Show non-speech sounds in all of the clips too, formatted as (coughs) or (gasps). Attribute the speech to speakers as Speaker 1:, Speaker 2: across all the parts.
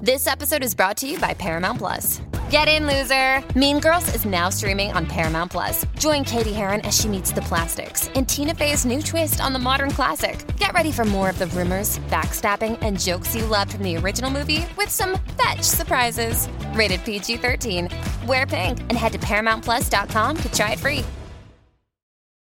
Speaker 1: This episode is brought to you by Paramount Plus. Get in, loser! Mean Girls is now streaming on Paramount Plus. Join Katie Heron as she meets the plastics in Tina Fey's new twist on the modern classic. Get ready for more of the rumors, backstabbing, and jokes you loved from the original movie with some fetch surprises. Rated PG 13. Wear pink and head to ParamountPlus.com to try it free.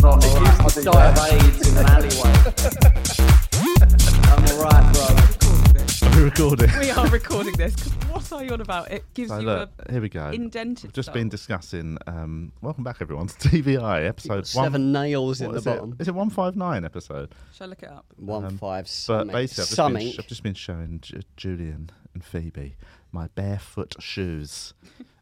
Speaker 2: Bro, if you die of AIDS in an alleyway. I'm alright, bro.
Speaker 3: Are we recording?
Speaker 4: (laughs) we are recording this. 'cause What are you on about? It gives
Speaker 3: So
Speaker 4: you
Speaker 3: look,
Speaker 4: a
Speaker 3: here we go.
Speaker 4: indented.
Speaker 3: We've just
Speaker 4: stuff.
Speaker 3: been discussing. Um, welcome back, everyone, to (laughs) TVI episode
Speaker 2: Seven
Speaker 3: One,
Speaker 2: nails in
Speaker 3: what
Speaker 2: the
Speaker 3: is it?
Speaker 2: bottom.
Speaker 3: Is it one five nine episode?
Speaker 4: Shall I look it up?
Speaker 2: One five
Speaker 3: But
Speaker 2: something.
Speaker 3: basically, I've just,
Speaker 2: something.
Speaker 3: Been sh- I've just been showing J- Julian and Phoebe my barefoot
Speaker 2: (laughs)
Speaker 3: shoes.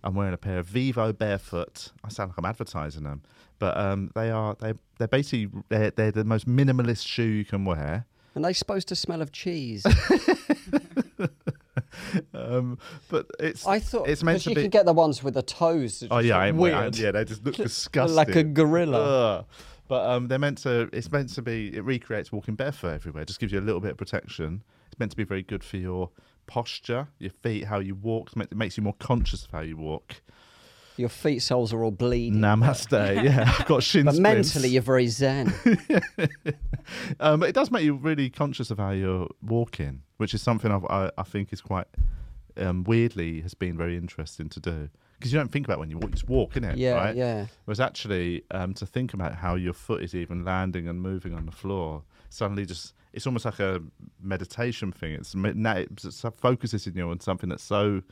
Speaker 3: I'm wearing a pair of Vivo barefoot. I sound like I'm advertising them, but um, they are they they're basically they're, they're the most minimalist shoe you can wear.
Speaker 2: And they supposed to smell of
Speaker 3: (laughs)
Speaker 2: cheese.
Speaker 3: Um, but it's
Speaker 2: I thought
Speaker 3: it's meant
Speaker 2: 'cause
Speaker 3: to
Speaker 2: you
Speaker 3: be.
Speaker 2: could get the ones with the toes. that
Speaker 3: Oh
Speaker 2: just
Speaker 3: yeah,
Speaker 2: look
Speaker 3: I am
Speaker 2: weird.
Speaker 3: weird. Yeah, they just look
Speaker 2: (laughs)
Speaker 3: disgusting.
Speaker 2: like a gorilla.
Speaker 3: Ugh. But um, they're meant to. It's meant to be. It recreates walking barefoot everywhere. It just gives you a little bit of protection. It's meant to be very good for your posture, your feet, how you walk. It's meant- It makes you more conscious of how you walk.
Speaker 2: Your feet soles are all bleeding.
Speaker 3: Namaste. (laughs) Yeah, I've got shin
Speaker 2: But
Speaker 3: splints.
Speaker 2: mentally, you're very zen.
Speaker 3: (laughs) um, it does make you really conscious of how you're walking, which is something I've, I I think is quite um, weirdly has been very interesting to do because you don't think about when you walk, you just walk, innit?
Speaker 2: Yeah,
Speaker 3: right?
Speaker 2: yeah.
Speaker 3: Whereas actually, um, to think about how your foot is even landing and moving on the floor suddenly just it's almost like a meditation thing. It's me- na- it s- focuses in you on something that's so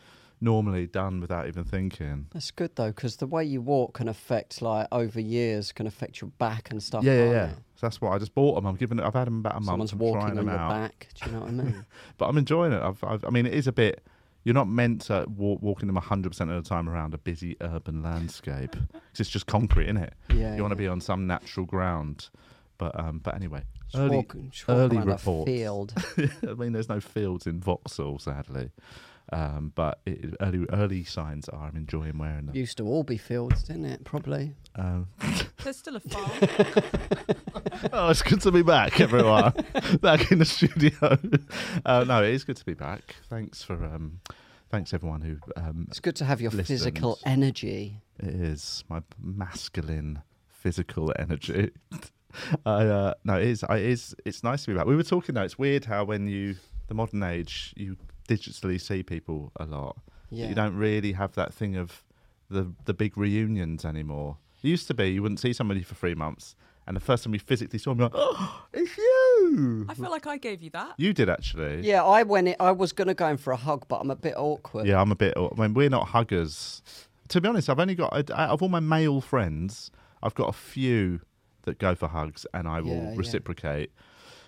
Speaker 3: normally done without even thinking.
Speaker 2: That's good though, because the way you walk can affect, like over years, can affect your back and stuff.
Speaker 3: Yeah, yeah,
Speaker 2: can't
Speaker 3: yeah.
Speaker 2: it?
Speaker 3: So that's what I just bought them. I'm giving. it- I've had them about a month.
Speaker 2: Someone's
Speaker 3: I'm
Speaker 2: walking
Speaker 3: trying
Speaker 2: on
Speaker 3: them
Speaker 2: your
Speaker 3: out.
Speaker 2: back. Do you know what I
Speaker 3: (laughs)
Speaker 2: mean?
Speaker 3: but I'm enjoying it. I've, I've, I mean, it is a bit. You're not meant to walk walking them 100 percent of the time around a busy urban
Speaker 2: (laughs)
Speaker 3: landscape 'Cause it's just concrete, isn't it?
Speaker 2: Yeah,
Speaker 3: You want to
Speaker 2: yeah.
Speaker 3: be on some natural ground, but um, but anyway,
Speaker 2: Just
Speaker 3: early
Speaker 2: walk- just walk
Speaker 3: early
Speaker 2: around a
Speaker 3: reports.
Speaker 2: field.
Speaker 3: (laughs) I mean, there's no fields in Vauxhall, sadly, um, but it, early early signs are I'm enjoying wearing them.
Speaker 2: Used to all be fields, didn't it? Probably.
Speaker 3: Um,
Speaker 4: There's still a farm.
Speaker 3: (laughs) oh, it's good to be
Speaker 2: (laughs)
Speaker 3: back, everyone. back in the studio. (laughs) Uh, no, it is good to be back. Thanks for um, thanks everyone who um,
Speaker 2: It's good to have your physical
Speaker 3: Listens.
Speaker 2: energy.
Speaker 3: It is my masculine physical energy. (laughs) I, uh, no, it is. I, it is. It's nice to be back. We were talking though. It's weird how when you the modern age, you digitally see people a lot. but
Speaker 2: Yeah.
Speaker 3: You don't really have that thing of the the big reunions anymore. It used to be you wouldn't see somebody for three months, and the first time you physically saw them, you're like, (gasps) oh, it's you.
Speaker 4: I feel like I gave you that.
Speaker 3: You did actually.
Speaker 2: Yeah, I went. In, I was gonna go in for a hug, but I'm a bit awkward.
Speaker 3: Yeah, I'm a bit. I mean, we're not huggers. To be honest, I've only got out of all my male friends, I've got a few that go for hugs, and I will
Speaker 2: Yeah, yeah.
Speaker 3: reciprocate.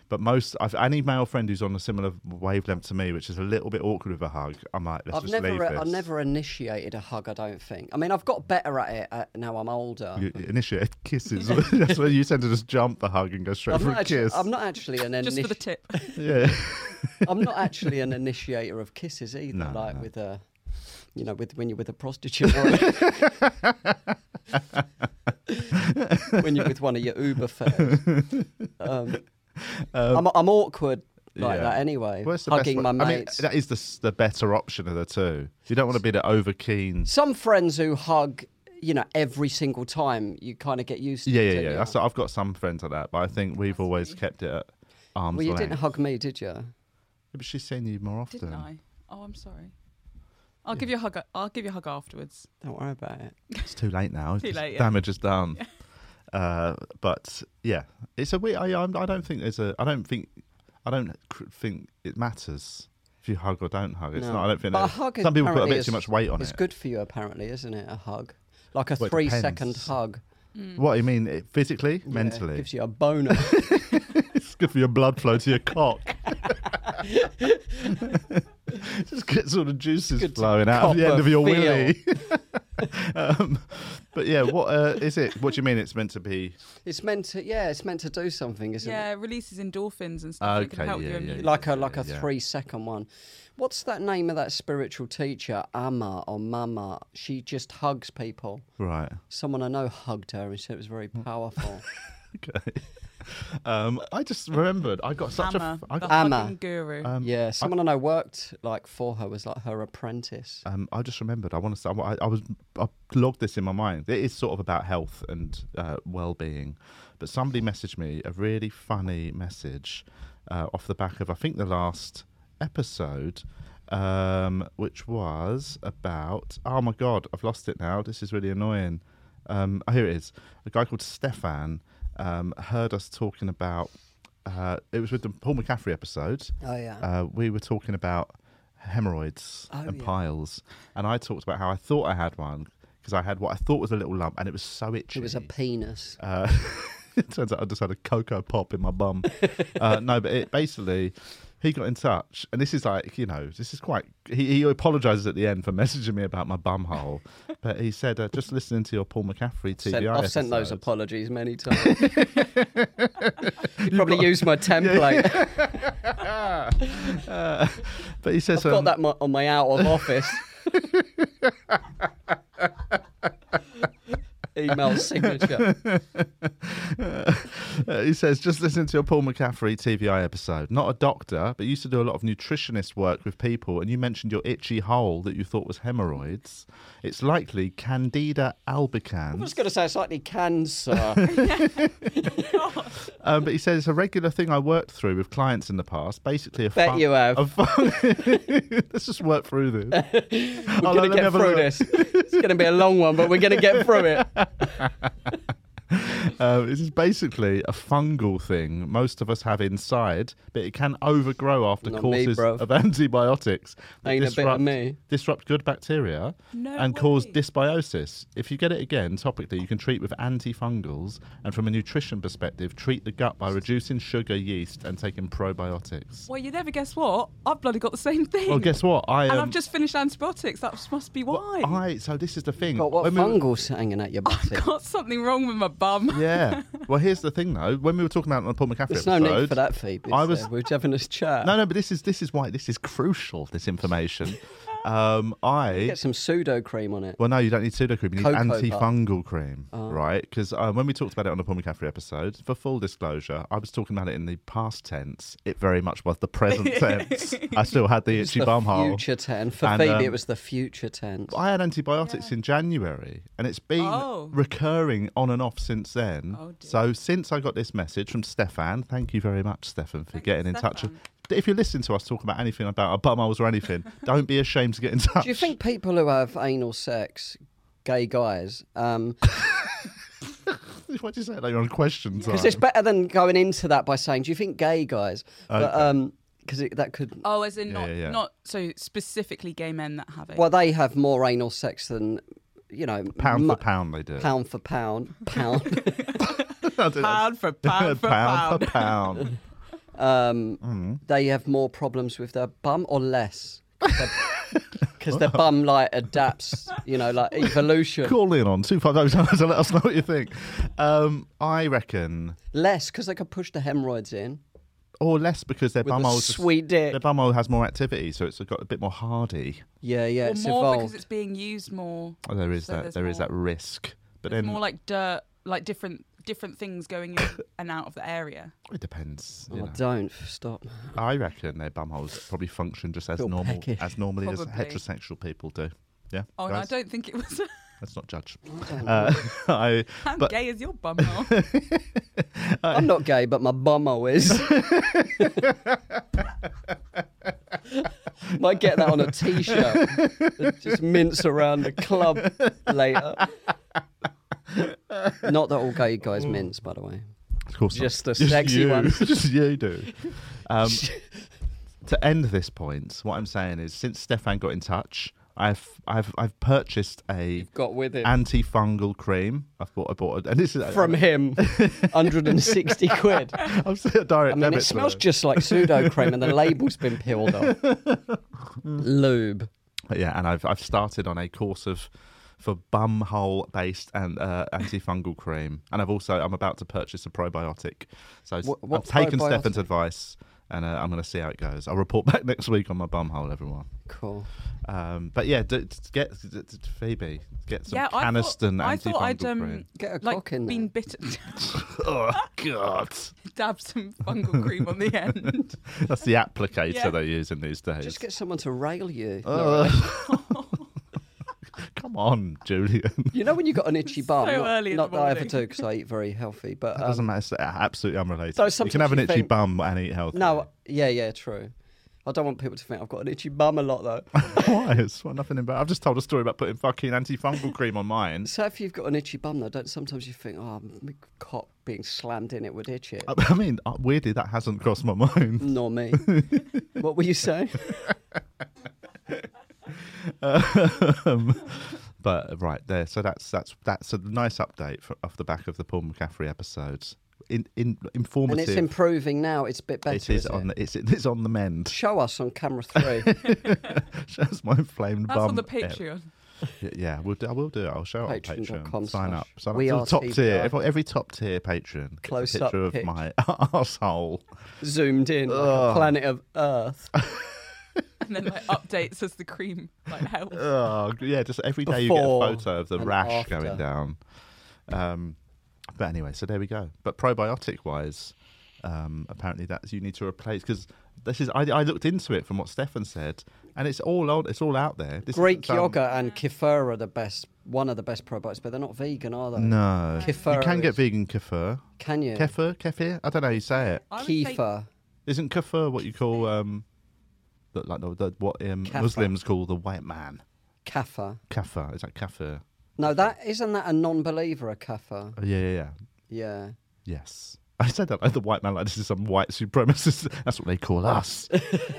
Speaker 3: But most, I've, any male friend who's on a similar wavelength to me, which is a little bit awkward with a hug, I'm like, let's
Speaker 2: I've
Speaker 3: just
Speaker 2: never,
Speaker 3: leave
Speaker 2: I
Speaker 3: this.
Speaker 2: never initiated a hug. I don't think. I mean, I've got better at it uh, now. I'm older.
Speaker 3: You initiate (laughs)
Speaker 2: (laughs)
Speaker 3: kisses. That's where you tend to just jump the hug and go straight
Speaker 2: I'm
Speaker 3: for
Speaker 2: not,
Speaker 3: a
Speaker 2: actually,
Speaker 3: kiss.
Speaker 2: I'm not actually an (laughs)
Speaker 4: Just for the
Speaker 2: initi-
Speaker 4: tip.
Speaker 3: (laughs) Yeah.
Speaker 2: I'm not actually an initiator of kisses either.
Speaker 3: No,
Speaker 2: like
Speaker 3: no.
Speaker 2: with a, you know, with when you're with a prostitute, or
Speaker 3: (laughs)
Speaker 2: when you're with one of your Uber fares. Um, I'm, I'm awkward like
Speaker 3: Yeah.
Speaker 2: that anyway.
Speaker 3: Well, it's the best
Speaker 2: hugging
Speaker 3: way-
Speaker 2: my
Speaker 3: I mean,
Speaker 2: mates.
Speaker 3: that is the, s- the better option of the two. You don't want to be the over keen
Speaker 2: Some friends who hug, you know, every single time, you kind of get used to.
Speaker 3: Yeah,
Speaker 2: it,
Speaker 3: yeah,
Speaker 2: don't
Speaker 3: yeah.
Speaker 2: you?
Speaker 3: That's, I've got some friends like that, but I think we've always kept it at arm's
Speaker 2: Well, you didn't
Speaker 3: length.
Speaker 2: hug me, did you?
Speaker 3: Yeah, but she's seen you more often.
Speaker 4: Didn't I? Oh, I'm sorry. I'll give you a hug. I'll give you a hug afterwards.
Speaker 2: Don't worry about it. (laughs)
Speaker 3: It's too late now.
Speaker 4: Too late, yeah.
Speaker 3: Damage is done. (laughs) Uh, but yeah, it's a weird. I, I'm- I don't think there's a. I don't think. I don't cr- think it matters if you hug or don't hug. It's
Speaker 2: No.
Speaker 3: not. I don't think.
Speaker 2: But a
Speaker 3: that-
Speaker 2: hug
Speaker 3: some people put a
Speaker 2: apparently
Speaker 3: bit
Speaker 2: is-
Speaker 3: too much weight on
Speaker 2: It's
Speaker 3: it.
Speaker 2: good for you, apparently, isn't it? A hug, like a
Speaker 3: Well, it
Speaker 2: three-second
Speaker 3: depends.
Speaker 2: hug.
Speaker 3: What do you mean? It, physically,
Speaker 2: Yeah,
Speaker 3: mentally,
Speaker 2: gives you a boner. (laughs)
Speaker 3: (laughs) it's good for your blood flow to your cock. (laughs) Just gets all the juices
Speaker 2: Good to
Speaker 3: flowing out of the end
Speaker 2: copper
Speaker 3: of your
Speaker 2: feel. (laughs)
Speaker 3: willy. (laughs) um, but yeah, what uh, is it? What do you mean? It's meant to be
Speaker 2: it's meant to, yeah, it's meant to do something, isn't
Speaker 4: Yeah, it releases endorphins and stuff. that
Speaker 3: Okay,
Speaker 4: can help
Speaker 3: yeah,
Speaker 4: your
Speaker 3: yeah,
Speaker 4: immune
Speaker 2: it? Like a like a
Speaker 3: Yeah.
Speaker 2: three-second one. What's that name of that spiritual teacher, Amma or Mama? She just hugs people.
Speaker 3: right?
Speaker 2: Someone I know hugged her and said it was very
Speaker 3: Hmm.
Speaker 2: powerful.
Speaker 3: Okay. Um, I just remembered. I got such
Speaker 4: Amma,
Speaker 3: a. I
Speaker 4: the
Speaker 3: got,
Speaker 2: Amma.
Speaker 4: fucking guru.
Speaker 3: (laughs) um,
Speaker 2: yeah, someone I, know worked like for her was like her apprentice.
Speaker 3: Um, I just remembered. I want to say I, I was I logged this in my mind. It is sort of about health and uh, well-being, but somebody messaged me a really funny message uh, off the back of I think the last episode, um, which was about oh my god I've lost it now. This is really annoying. Um, oh, here it is. A guy called Stefan um, heard us talking about. Uh, it was with the Paul McCaffrey episode
Speaker 2: Oh yeah.
Speaker 3: uh, we were talking about hemorrhoids
Speaker 2: Oh,
Speaker 3: and
Speaker 2: yeah.
Speaker 3: piles, and I talked about how I thought I had one because I had what I thought was a little lump, and it was so itchy.
Speaker 2: it was a penis.
Speaker 3: Uh, (laughs) it turns out I just had a cocoa pop in my bum.
Speaker 2: (laughs)
Speaker 3: uh, no, but it basically. He got in touch, and this is like you know, this is quite. He, he apologizes at the end for (laughs) messaging me about my bum hole, but he said, uh, "Just listening to your Paul McCaffrey TBI."
Speaker 2: Sent- I've sent those
Speaker 3: episode."
Speaker 2: apologies many
Speaker 3: (laughs)
Speaker 2: times. you probably used my template.
Speaker 3: Uh, but he says,
Speaker 2: I've got
Speaker 3: um,
Speaker 2: that mo- on my out of
Speaker 3: (laughs)
Speaker 2: office. Email signature.
Speaker 3: Uh, he says, just listen to your Paul McCaffrey TVI episode. Not a doctor, but used to do a lot of nutritionist work with people, and you mentioned your itchy hole that you thought was hemorrhoids. It's likely Candida
Speaker 2: I was
Speaker 3: albicans.
Speaker 2: going to say slightly
Speaker 3: (laughs)
Speaker 2: cancer.
Speaker 3: Um, but he says it's a regular thing I worked through with clients in the past. Basically, a
Speaker 2: Bet
Speaker 3: fun-
Speaker 2: you have.
Speaker 3: a fun- (laughs) Let's just work through this.
Speaker 2: We're
Speaker 3: I'll
Speaker 2: going
Speaker 3: Oh, let
Speaker 2: to
Speaker 3: them
Speaker 2: get
Speaker 3: have a
Speaker 2: through
Speaker 3: look.
Speaker 2: this. It's going to be a long one, but we're going to get through
Speaker 3: (laughs)
Speaker 2: it.
Speaker 3: Um, this is basically a fungal thing most of us have inside, but it can overgrow after
Speaker 2: Not me,
Speaker 3: courses
Speaker 2: bruv.
Speaker 3: of (laughs) antibiotics. that
Speaker 2: Ain't a bit of me.
Speaker 3: Disrupt good bacteria
Speaker 4: No
Speaker 3: and cause
Speaker 4: way.
Speaker 3: dysbiosis. If you get it again topically, you can treat with antifungals, and from a nutrition perspective, treat the gut by reducing sugar, yeast, and taking probiotics.
Speaker 4: well, you never guess what? I've bloody got the same thing.
Speaker 3: Well, guess what? I
Speaker 4: and
Speaker 3: um,
Speaker 4: I've just finished antibiotics. That must be why.
Speaker 3: I so this is the thing.
Speaker 2: Got what
Speaker 3: When we were-
Speaker 2: fungus hanging at your
Speaker 4: I've
Speaker 2: buttock?
Speaker 4: got something wrong with my bum.
Speaker 3: (laughs) yeah.
Speaker 4: (laughs)
Speaker 3: Well, here's the thing though. When we were talking about it on the Paul McCaffrey
Speaker 2: There's no
Speaker 3: episode,
Speaker 2: need for that, Phoebe.
Speaker 3: I
Speaker 2: I was.
Speaker 3: was-
Speaker 2: We're having this chat.
Speaker 3: No, no, but this is this is why this is crucial. This information. um, I
Speaker 2: Get some pseudo cream on it.
Speaker 3: well, no, you don't need pseudo cream. You need
Speaker 2: Cocoa Ah. butter.
Speaker 3: antifungal cream, right? Because uh, when we talked about it on the Paul McCaffrey episode, for full disclosure, I was talking about it in the past tense. It very much was the present tense. I still had the
Speaker 2: It's
Speaker 3: itchy
Speaker 2: the
Speaker 3: bum hole.
Speaker 2: future tense. For
Speaker 3: And,
Speaker 2: Phoebe, it
Speaker 3: um,
Speaker 2: was the future tense.
Speaker 3: I had antibiotics in January, and it's been
Speaker 4: Oh.
Speaker 3: recurring on and off since then.
Speaker 4: Oh, dear.
Speaker 3: so since I got this message from Stefan, thank you very much, Stefan, for getting in touch.
Speaker 4: Stefan.
Speaker 3: If you listen to us talk about anything about our bumholes or anything,
Speaker 4: (laughs)
Speaker 3: don't be ashamed to get in touch.
Speaker 2: Do you
Speaker 3: (laughs)
Speaker 2: think people who have anal sex, gay guys, um,
Speaker 3: Why do you say that? You're on question time.
Speaker 2: Because it's better than going into that by saying, "Do you think gay guys?" But, um, because that could.
Speaker 4: Oh, as in not
Speaker 3: yeah, yeah.
Speaker 4: not so specifically gay men that have it.
Speaker 2: Well, they have more anal sex than, you know,
Speaker 3: pound
Speaker 2: mu-
Speaker 3: for pound, they do.
Speaker 2: pound for pound, pound.
Speaker 3: (laughs)
Speaker 2: (laughs)
Speaker 3: I don't know.
Speaker 4: pound for pound for
Speaker 3: (laughs) Pound
Speaker 4: pound.
Speaker 3: for pound.
Speaker 2: um, They have more problems with their bum or less.
Speaker 3: (laughs)
Speaker 2: Because their bum like adapts, you know, like evolution.
Speaker 3: Call in on (laughs) 250 to let us know what you think. Um, I reckon,
Speaker 2: Less because they could push the hemorrhoids in.
Speaker 3: or less because their
Speaker 2: With a
Speaker 3: bumhole
Speaker 2: sweet dick.
Speaker 3: Their bumhole has more activity, so it's got a bit more hardy.
Speaker 2: Yeah, yeah,
Speaker 4: Or
Speaker 2: it's
Speaker 4: more
Speaker 2: evolved.
Speaker 4: because it's being used more.
Speaker 3: Oh, there is
Speaker 4: So
Speaker 3: that.
Speaker 4: there's
Speaker 3: There is
Speaker 4: more-
Speaker 3: that risk. But
Speaker 4: There's
Speaker 3: then
Speaker 4: more like dirt, like different different things going in (coughs) and out of the area.
Speaker 3: it depends. you
Speaker 2: Oh,
Speaker 3: know.
Speaker 2: don't stop.
Speaker 3: I reckon their bumholes probably function just as
Speaker 2: Feel
Speaker 3: normal
Speaker 2: peckish.
Speaker 3: as normally as
Speaker 4: Probably.
Speaker 3: heterosexual people do. Yeah.
Speaker 4: Oh, and I
Speaker 3: guys?
Speaker 4: don't think it was
Speaker 3: Let's not judge.
Speaker 2: (laughs) I don't know.
Speaker 3: Uh, (laughs) I,
Speaker 4: (laughs) how
Speaker 3: But-
Speaker 4: gay as your
Speaker 3: (laughs)
Speaker 4: bumhole.
Speaker 2: I'm not gay, but my bumhole
Speaker 3: (laughs)
Speaker 2: is. Might get that on a t-shirt. Just mince around the club later. Not that all gay guys mince, by the way.
Speaker 3: Of course, not.
Speaker 2: Just the sexy
Speaker 3: you.
Speaker 2: ones.
Speaker 3: (laughs) just you do.
Speaker 2: (laughs)
Speaker 3: Um, to end this point, what I'm saying is, since Stefan got in touch, I've I've I've purchased a
Speaker 2: Got with it
Speaker 3: antifungal cream. I bought I bought, a, and this is
Speaker 2: from him, 160 quid.
Speaker 3: (laughs) I'm still at direct
Speaker 2: I mean,
Speaker 3: debit
Speaker 2: it smells
Speaker 3: for
Speaker 2: just like pseudo cream, and the label's been peeled
Speaker 3: (laughs)
Speaker 2: off. Lube.
Speaker 3: But yeah, and I've I've started on a course of for bumhole based and uh, antifungal cream, and I've also I'm about to purchase a probiotic. So s-
Speaker 2: Wha- what
Speaker 3: I've taken
Speaker 2: probiotic?
Speaker 3: Stefan's advice, and uh, I'm going to see how it goes. I'll report (laughs) back next week on my bumhole, everyone.
Speaker 2: Cool.
Speaker 3: Um, but yeah, d- d- get d- d- d- Phoebe, get some
Speaker 4: yeah,
Speaker 3: Caniston
Speaker 4: I
Speaker 3: antifungal
Speaker 4: thought, I thought I'd um,
Speaker 3: cream.
Speaker 2: Get a
Speaker 4: like
Speaker 2: cock in
Speaker 4: been
Speaker 2: there.
Speaker 4: bitten,
Speaker 3: Oh God,
Speaker 4: (laughs)
Speaker 3: (laughs)
Speaker 4: dab some fungal cream on the end.
Speaker 3: that's the applicator
Speaker 4: Yeah.
Speaker 3: they're using these days.
Speaker 2: Just get someone to rail you.
Speaker 3: Come on, Julian. (laughs)
Speaker 2: You know when you got an itchy bum?
Speaker 4: So
Speaker 2: not
Speaker 4: early in
Speaker 2: not
Speaker 4: the
Speaker 2: that I ever
Speaker 4: morning.
Speaker 2: do because I eat very healthy, but um,
Speaker 3: Doesn't matter. It's uh, absolutely unrelated.
Speaker 2: So
Speaker 3: you can
Speaker 2: sometimes
Speaker 3: have an
Speaker 2: you
Speaker 3: itchy
Speaker 2: think-
Speaker 3: bum and eat healthy.
Speaker 2: no, yeah, yeah, true. I don't want people to think I've got an itchy bum a lot
Speaker 3: (laughs)
Speaker 2: though.
Speaker 3: Why? It's got nothing about. I've just told a story about putting fucking antifungal cream on mine.
Speaker 2: So if you've got an itchy bum though, don't sometimes you think, oh, my cock being slammed in it would itch it.
Speaker 3: I I mean, uh, weirdly, that hasn't crossed my mind. (laughs)
Speaker 2: Nor me. what were you saying?
Speaker 3: Um, but right there, so that's that's that's a nice update for, off the back of the Paul McCaffrey episodes. In, in
Speaker 2: And
Speaker 3: informative.
Speaker 2: it's improving now. It's a bit better.
Speaker 3: it is
Speaker 2: isn't
Speaker 3: on
Speaker 2: it?
Speaker 3: the it's, it's on the mend. (laughs)
Speaker 2: Show us on camera three.
Speaker 3: Shows my inflamed
Speaker 4: That's
Speaker 3: bum.
Speaker 4: on the
Speaker 3: there.
Speaker 4: Patreon.
Speaker 3: Y- Yeah, we'll do, I will do it. I'll show it on
Speaker 2: Patreon.com
Speaker 3: Patreon. Sign
Speaker 2: slash
Speaker 3: up. Sign
Speaker 2: We
Speaker 3: up
Speaker 2: Are
Speaker 3: to the top
Speaker 2: TPR.
Speaker 3: tier. Every, every top tier patron. gets a
Speaker 2: Close
Speaker 3: picture
Speaker 2: up
Speaker 3: of
Speaker 2: pic.
Speaker 3: my (laughs) arsehole.
Speaker 2: Zoomed in, like a planet of
Speaker 3: (laughs)
Speaker 2: Earth.
Speaker 4: And then like updates as the cream
Speaker 3: (laughs)
Speaker 4: like helps.
Speaker 3: Oh, g- yeah, just every day you get
Speaker 2: Before
Speaker 3: a photo of the
Speaker 2: and
Speaker 3: rash
Speaker 2: after.
Speaker 3: going down. Um, but anyway, so there we go. But probiotic wise, um, apparently that's you need to replace because this is I, I looked into it from what Stefan said, and it's all on it's all out there. This
Speaker 2: Greek
Speaker 3: isn't some-
Speaker 2: yogurt and kefir are the best, one of the best probiotics, but they're not vegan, are they?
Speaker 3: No,
Speaker 2: Kefir
Speaker 3: you can get
Speaker 2: is-
Speaker 3: vegan kefir.
Speaker 2: Can you?
Speaker 3: Kefir, kefir. I don't know how you say it.
Speaker 4: I would say-
Speaker 2: Kefir.
Speaker 3: Isn't kefir what you call um, the, like the, the, what um,
Speaker 2: Kefir.
Speaker 3: Muslims call the white man?
Speaker 2: Kafir.
Speaker 3: Kafir. Is that kafir?
Speaker 2: No, that isn't that a non-believer, a kafir.
Speaker 3: Oh, yeah, yeah, yeah.
Speaker 2: Yeah.
Speaker 3: Yes. (laughs) I said that like the white man, like this is some white supremacist. (laughs) That's what they
Speaker 2: (laughs)
Speaker 3: call us.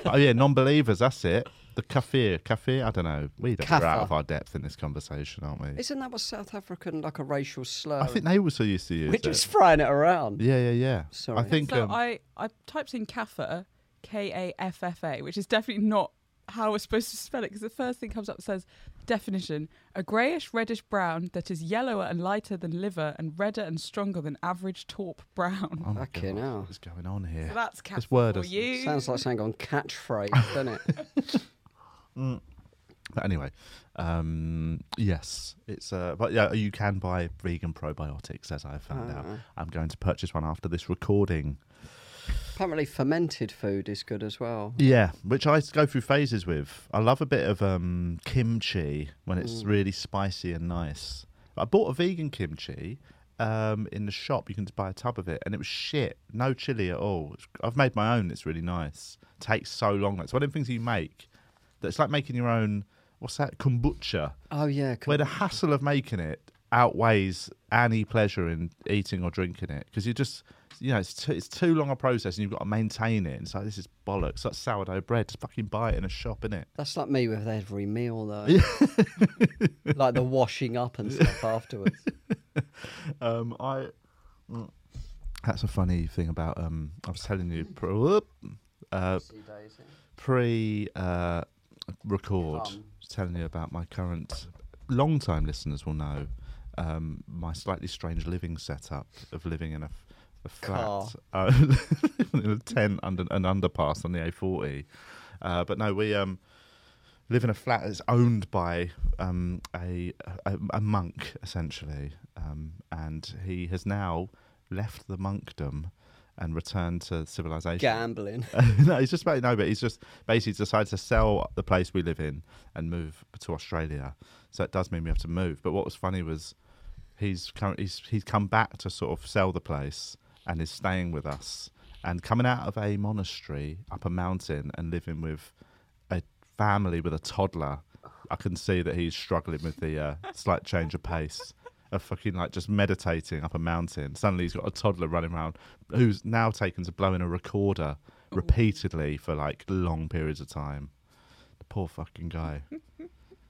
Speaker 3: oh, yeah, non believers, that's it. The kafir, kafir, I don't know. We don't, we're out
Speaker 2: Kafir.
Speaker 3: of our depth in this conversation, aren't we?
Speaker 2: Isn't that what South African like a racial slur?
Speaker 3: I think they also used to use
Speaker 2: um, We're
Speaker 3: it.
Speaker 2: just frying it around.
Speaker 3: Yeah, yeah, yeah.
Speaker 2: Sorry.
Speaker 3: I think.
Speaker 4: So
Speaker 3: um,
Speaker 4: I, I typed in kaffa, K A F F A, which is definitely not how we're supposed to spell it because the first thing comes up says definition a greyish reddish brown that is yellower and lighter than liver and redder and stronger than average taupe brown.
Speaker 3: oh my
Speaker 2: Fucking
Speaker 3: God,
Speaker 2: hell.
Speaker 3: What's going on
Speaker 4: (laughs)
Speaker 3: here?
Speaker 4: So that's kaffa
Speaker 3: This word
Speaker 4: for
Speaker 3: is-
Speaker 4: you.
Speaker 2: Sounds like something on catchphrase, doesn't
Speaker 3: (laughs)
Speaker 2: it?
Speaker 3: But anyway, um, yes, it's. Uh, but yeah, you can buy vegan probiotics, as I found out.
Speaker 2: Uh.
Speaker 3: I'm going to purchase one after this recording.
Speaker 2: Apparently, fermented food is good as well.
Speaker 3: Yeah, which I go through phases with. I love a bit of um, kimchi when it's really spicy and nice. I bought a vegan kimchi um, in the shop. You can just buy a tub of it, and it was shit. No chili at all. It's- I've made my own. It's really nice. takes so long. It's one of the things you make that's like making your own. What's that kombucha?
Speaker 2: Oh yeah,
Speaker 3: Where the hassle of making it outweighs any pleasure in eating or drinking it because you just you know it's too, it's too long a process and you've got to maintain it. It's like this is bollocks. That's sourdough bread. Just fucking buy it in a shop, innit?
Speaker 2: that's like me with every meal though. (laughs) like the washing up and
Speaker 3: (laughs)
Speaker 2: stuff afterwards.
Speaker 3: Um, I. mm. That's a funny thing about um. I was telling (laughs) you pre whoop, uh, pre uh, record. I was telling you about my current long time listeners will know um, my slightly strange living setup of living in a, f- a
Speaker 2: Car.
Speaker 3: flat uh, (laughs) living in a tent under an underpass on the A40. Uh, but no, we um live in a flat that's owned by um, a, a a monk essentially, um, and he has now left the monkdom and returned to civilization.
Speaker 2: Gambling.
Speaker 3: (laughs) no, he's just about no, but he's just basically decided to sell the place we live in and move to Australia. So it does mean we have to move. But what was funny was he's currently he's, he's come back to sort of sell the place and is staying with us and coming out of a monastery up a mountain and living with a family with a toddler. I can see that he's struggling with the uh, slight change of pace. are fucking like just meditating up a mountain. Suddenly he's got a toddler running around who's now taken to blowing a recorder repeatedly for like long periods of time. The poor fucking guy.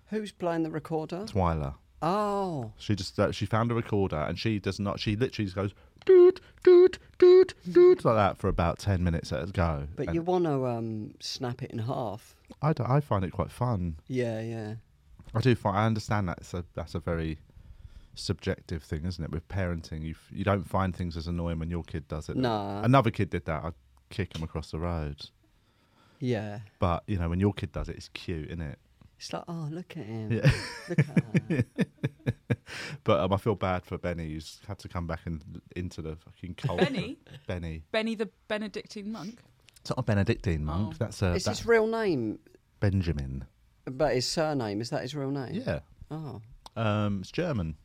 Speaker 2: Who's playing the recorder?
Speaker 3: Twyla.
Speaker 2: Oh,
Speaker 3: She just uh, she found a recorder and she does not. She literally just goes doot doot doot doot like that for about ten minutes at a go.
Speaker 2: but
Speaker 3: And
Speaker 2: you want to um, snap it in half.
Speaker 3: I, d- I find it quite fun.
Speaker 2: Yeah, yeah.
Speaker 3: I do find I understand that's a that's a very subjective thing, isn't it? With parenting, you f- you don't find things as annoying when your kid does it.
Speaker 2: Nah.
Speaker 3: another kid did that. I'd kick him across the road.
Speaker 2: Yeah.
Speaker 3: But you know when your kid does it, it's cute, isn't it?
Speaker 2: It's like, oh, look at him.
Speaker 3: Yeah.
Speaker 2: Look at her.
Speaker 3: But um, I feel bad for Benny, who's had to come back and into the fucking cold.
Speaker 4: Benny?
Speaker 3: Benny.
Speaker 4: Benny the Benedictine monk.
Speaker 3: It's not a Benedictine monk.
Speaker 4: Oh.
Speaker 3: That's a
Speaker 2: It's
Speaker 3: that's
Speaker 2: his real name,
Speaker 3: Benjamin.
Speaker 2: but his surname, is that his real name?
Speaker 3: Yeah.
Speaker 2: Oh,
Speaker 3: Um, it's German,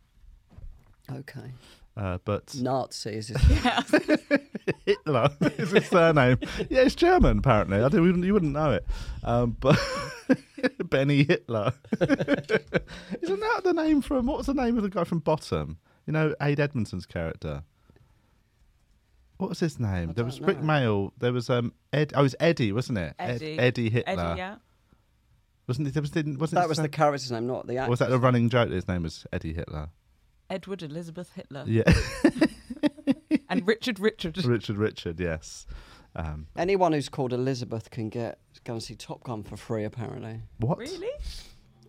Speaker 3: (laughs)
Speaker 2: okay.
Speaker 3: uh, but
Speaker 2: Nazi is his.
Speaker 3: (laughs) Hitler is his surname. Yeah, it's German apparently. I didn't, you wouldn't- you wouldn't know it, um, but (laughs) Benny Hitler. (laughs) Isn't that the name from what was the name of the guy from Bottom? You know, Aid Edmonton's character. What was his name? There was
Speaker 2: don't
Speaker 3: Rick
Speaker 2: know.
Speaker 3: Mail. There was um Ed. Oh, it was Eddie, wasn't it? Ed-
Speaker 4: Eddie.
Speaker 3: Eddie Hitler.
Speaker 4: Eddie, yeah.
Speaker 3: Wasn't it? There was, didn't, wasn't
Speaker 2: that
Speaker 3: it
Speaker 2: was
Speaker 3: some-
Speaker 2: the character's name, not the
Speaker 3: or
Speaker 2: actor.
Speaker 3: was that the running joke that his name was Eddie Hitler?
Speaker 4: Edward Elizabeth Hitler.
Speaker 3: Yeah,
Speaker 4: (laughs) And Richard Richard.
Speaker 3: Richard Richard. Yes. Um,
Speaker 2: Anyone who's called Elizabeth can get go and see Top Gun for free, apparently,
Speaker 3: what?
Speaker 4: Really?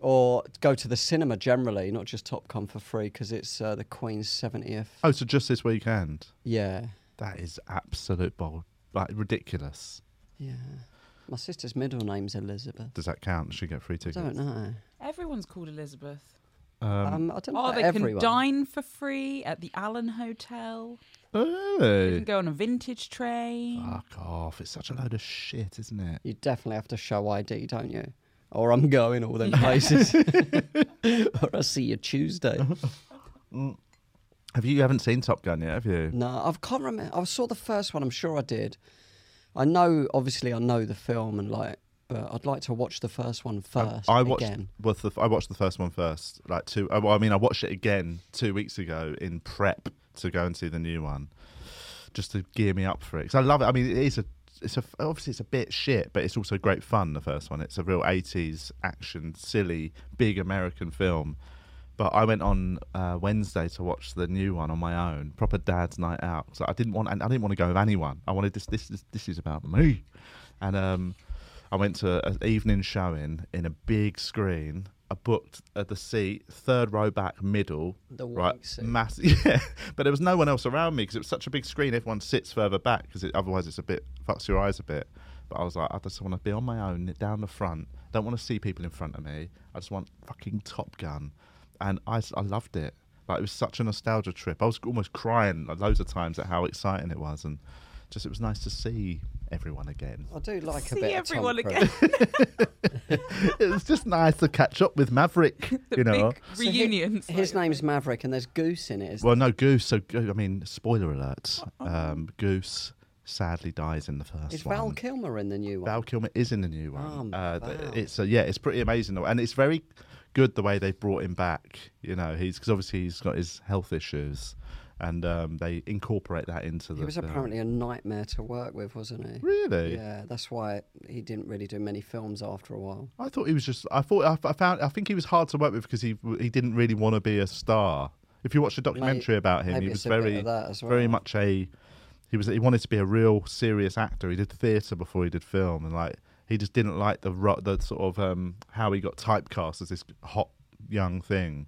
Speaker 2: or go to the cinema generally, not just Top Gun for free, because it's uh, the Queen's seventieth.
Speaker 3: Oh, so just this weekend.
Speaker 2: Yeah,
Speaker 3: That is absolute bold, like ridiculous.
Speaker 2: yeah. My sister's middle name's Elizabeth.
Speaker 3: Does that count? Should get free
Speaker 2: I
Speaker 3: tickets.
Speaker 2: don't know.
Speaker 4: Everyone's called Elizabeth.
Speaker 3: Um,
Speaker 2: Um, I don't know.
Speaker 4: Oh,
Speaker 2: about
Speaker 4: they
Speaker 2: everyone.
Speaker 4: can dine for free at the Allen Hotel. They
Speaker 3: hey.
Speaker 4: can go on a vintage train.
Speaker 3: Fuck off! It's such a load of shit, isn't it?
Speaker 2: You definitely have to show ID, don't you? Or I'm going all them
Speaker 3: (laughs)
Speaker 2: places. or I'll see you Tuesday.
Speaker 3: (laughs) Have you? you haven't seen Top Gun yet, have you?
Speaker 2: No, I can't remember. I saw the first one. I'm sure I did. I know, obviously, I know the film and like, but I'd like to watch the first one first.
Speaker 3: I watched.
Speaker 2: again.
Speaker 3: Was the I watched the first one first, like two. oh, Well, I mean, I watched it again two weeks ago in prep to go and see the new one, just to gear me up for it. Because I love it. I mean, it is a. It's a obviously it's a bit shit, but it's also great fun. The first one, it's a real '80s action, silly, big American film. But I went on uh, Wednesday to watch the new one on my own, proper dad's night out. So I didn't want, and I didn't want to go with anyone. I wanted this. This this, this is about me. And um, I went to an evening showing in a big screen. I booked at the seat, third row back, middle.
Speaker 2: The
Speaker 3: right,
Speaker 2: wide seat.
Speaker 3: massive. (laughs) Yeah, but there was no one else around me because it was such a big screen. Everyone sits further back because it, otherwise it's a bit fucks your eyes a bit. But I was like, I just want to be on my own down the front. Don't want to see people in front of me. I just want fucking Top Gun, and I, s- I loved it. Like it was such a nostalgia trip. I was almost crying like, loads of times at how exciting it was, and just it was nice to see everyone again. (laughs)
Speaker 2: I do like a
Speaker 4: See
Speaker 2: bit.
Speaker 4: everyone
Speaker 2: of Tom
Speaker 4: again.
Speaker 2: Cruise.
Speaker 3: it was just nice to catch up with Maverick, you know.
Speaker 4: Big reunions.
Speaker 2: His
Speaker 4: like-
Speaker 2: name's Maverick, and there's Goose in it. isn't
Speaker 3: Well, no, Goose. So, Go- I mean, spoiler alert. Um, Goose sadly dies in the first
Speaker 2: there? Is
Speaker 3: one.
Speaker 2: Val Kilmer in the new one?
Speaker 3: Val Kilmer is in the new one.
Speaker 2: Oh,
Speaker 3: uh, th-
Speaker 2: wow.
Speaker 3: It's uh, yeah, it's pretty amazing, though. and it's very good the way they've brought him back. You know, he's because obviously he's got his health issues, and um, they incorporate that into the.
Speaker 2: he was
Speaker 3: film.
Speaker 2: apparently a nightmare to work with, wasn't he?
Speaker 3: really.
Speaker 2: Yeah, that's why he didn't really do many films after a while.
Speaker 3: I thought he was just. I thought I, I found. I think he was hard to work with because he he didn't really want to be a star. If you watch a documentary about him,
Speaker 2: maybe
Speaker 3: he
Speaker 2: it's
Speaker 3: was
Speaker 2: a bit
Speaker 3: very
Speaker 2: of that as
Speaker 3: very
Speaker 2: well.
Speaker 3: much a. He was. He wanted to be a real serious actor. He did theatre before he did film, and like he just didn't like the ro- the sort of um, how he got typecast as this hot young thing,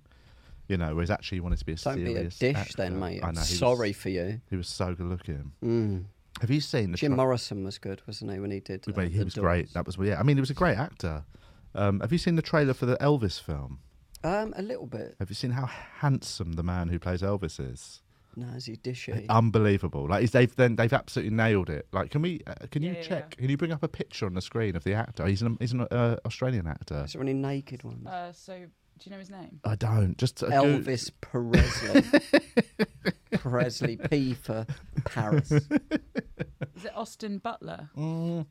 Speaker 3: you know. Whereas actually he wanted to be a
Speaker 2: Don't be a
Speaker 3: serious.
Speaker 2: dish
Speaker 3: actor.
Speaker 2: then, mate.
Speaker 3: I
Speaker 2: I'm
Speaker 3: know, he was-
Speaker 2: sorry for you.
Speaker 3: he was so good looking.
Speaker 2: Mm.
Speaker 3: Have you seen the
Speaker 2: Jim
Speaker 3: Tru-
Speaker 2: Morrison was good, wasn't he, when he did?
Speaker 3: Well,
Speaker 2: uh,
Speaker 3: he
Speaker 2: The
Speaker 3: was great.
Speaker 2: Doors?
Speaker 3: That was yeah. I mean, he was a great actor. Um, have you seen the trailer for the Elvis film?
Speaker 2: Um, a little bit.
Speaker 3: Have you seen how handsome the man who plays Elvis is?
Speaker 2: No, is he dishy?
Speaker 3: Uh, Unbelievable! Like is- they've then they've absolutely nailed it. Like, can we? Uh, can
Speaker 4: Yeah,
Speaker 3: you
Speaker 4: yeah,
Speaker 3: check? Can you bring up a picture on the screen of the actor? He's an he's an uh, Australian actor.
Speaker 2: Is there any naked ones?
Speaker 4: Uh, so, do you know his name?
Speaker 3: I don't. Just uh, go-
Speaker 2: Elvis Presley.
Speaker 3: (laughs)
Speaker 2: Presley P for Paris.
Speaker 4: Is it Austin Butler?
Speaker 3: Mm,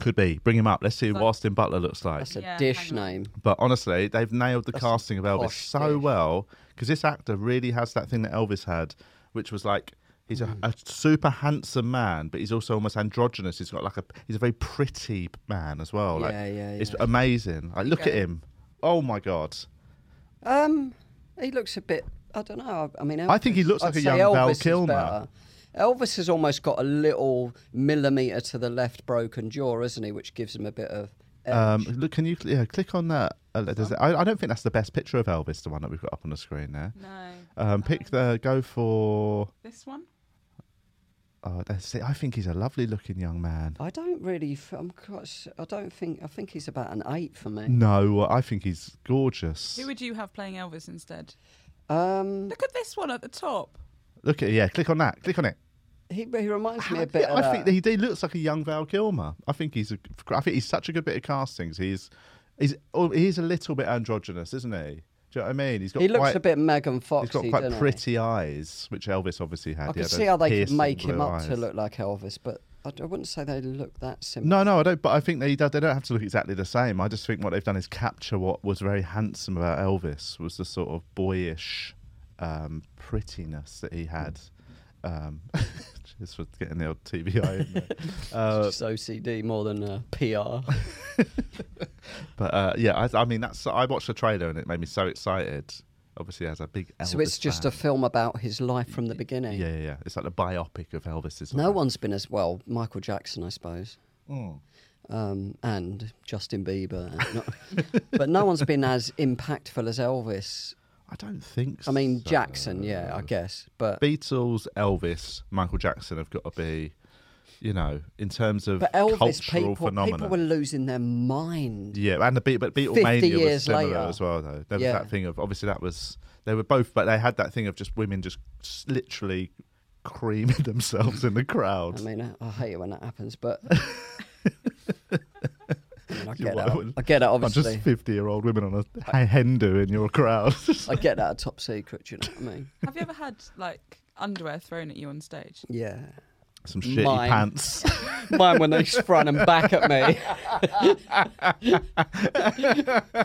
Speaker 3: Could be. Bring him up. Let's see what
Speaker 4: Like-
Speaker 3: Austin Butler looks like.
Speaker 2: That's a
Speaker 4: Yeah,
Speaker 2: dish
Speaker 4: hang on.
Speaker 2: name.
Speaker 3: But honestly, they've nailed the
Speaker 2: That's a
Speaker 3: casting of Elvis
Speaker 2: posh
Speaker 3: so
Speaker 2: dish.
Speaker 3: well because this actor really has that thing that Elvis had, which was like he's
Speaker 2: Mm.
Speaker 3: a, a super handsome man, but he's also almost androgynous. He's got like a he's a very pretty man as well. Like,
Speaker 2: Yeah, yeah,
Speaker 3: It's
Speaker 2: yeah.
Speaker 3: amazing. Like look at
Speaker 4: Yeah.
Speaker 3: him. Oh my god.
Speaker 2: Um, he looks a bit. I don't know. I mean, Elvis,
Speaker 3: I think he looks like
Speaker 2: I'd
Speaker 3: a
Speaker 2: say
Speaker 3: young Val
Speaker 2: Elvis is
Speaker 3: Kilmer.
Speaker 2: better. Elvis has almost got a little millimeter to the left broken jaw, isn't he? Which gives him a bit of. edge.
Speaker 3: Um, look, can you yeah, click on that? Uh, there's- I, I don't think that's the best picture of Elvis, the one that we've got up on the screen there.
Speaker 4: No.
Speaker 3: Um, pick the go for.
Speaker 4: This one?
Speaker 3: Oh, that's it. I think he's a lovely looking young man.
Speaker 2: I don't really. f- I'm quite, s- I don't think. I think he's about an eight for me.
Speaker 3: No, I think he's gorgeous.
Speaker 4: Who would you have playing Elvis instead?
Speaker 2: Um,
Speaker 4: Look at this one at the top.
Speaker 3: Look at yeah, click on that. Click on it.
Speaker 2: he, he reminds me
Speaker 3: Yeah,
Speaker 2: a bit. of
Speaker 3: I think
Speaker 2: that.
Speaker 3: he, he looks like a young Val Kilmer. I think he's a, I think he's such a good bit of castings. He's he's oh, he's a little bit androgynous, isn't he? Do you know what I mean? He's got
Speaker 2: He looks
Speaker 3: quite,
Speaker 2: a bit Megan Fox.
Speaker 3: He's got quite pretty eyes, which Elvis obviously had.
Speaker 2: I
Speaker 3: He
Speaker 2: could
Speaker 3: had
Speaker 2: see
Speaker 3: those
Speaker 2: how they could
Speaker 3: piercing
Speaker 2: make him
Speaker 3: blue
Speaker 2: up to
Speaker 3: eyes.
Speaker 2: look like Elvis, but I, d- I wouldn't say they look that similar.
Speaker 3: No, no, I don't. But I think they don't- they don't have to look exactly the same. I just think what they've done is capture what was very handsome about Elvis was the sort of boyish um, prettiness that he had. Um, (laughs) just for getting the old TBI in there. Uh,
Speaker 2: It's just OCD more than uh, PR.
Speaker 3: But uh, yeah, I, I mean, that's I watched the trailer and it made me so excited. Obviously, as a big (laughs) Elvis
Speaker 2: so it's just
Speaker 3: fan.
Speaker 2: a film about his life from the beginning.
Speaker 3: yeah, yeah, yeah. It's like the biopic of Elvis's.
Speaker 2: No
Speaker 3: life.
Speaker 2: one's been as well. Michael Jackson, I suppose,
Speaker 3: Mm.
Speaker 2: um, and Justin Bieber, and not, (laughs) but no one's been as impactful as Elvis.
Speaker 3: I don't think.
Speaker 2: I mean,
Speaker 3: so.
Speaker 2: Jackson, yeah, I guess, but
Speaker 3: Beatles, Elvis, Michael Jackson have got to be, you know, in terms of
Speaker 2: but Elvis
Speaker 3: cultural
Speaker 2: people
Speaker 3: phenomena.
Speaker 2: people were losing their mind.
Speaker 3: Yeah, and the Beat, but Beatlemania was
Speaker 2: years
Speaker 3: similar
Speaker 2: later.
Speaker 3: as well, though. There was
Speaker 2: Yeah.
Speaker 3: that thing of obviously that was they were both, but they had that thing of just women just s- literally creaming (laughs) themselves in the crowd.
Speaker 2: I mean, I, I hate it when that happens,
Speaker 3: (laughs)
Speaker 2: but. I, mean, I
Speaker 3: You
Speaker 2: get
Speaker 3: what,
Speaker 2: that.
Speaker 3: would-
Speaker 2: I get that.
Speaker 3: I'm
Speaker 2: Obviously,
Speaker 3: just 50 year old women on a h- hen do in your crowd.
Speaker 2: (laughs)
Speaker 3: (laughs)
Speaker 2: I get that. A top secret. Do you know what I mean?
Speaker 4: Have you ever had (laughs) like underwear thrown at you on stage?
Speaker 2: (laughs) Yeah.
Speaker 3: Some shitty
Speaker 2: Mine.
Speaker 3: pants. (laughs)
Speaker 2: Mine when they sprung them back at me.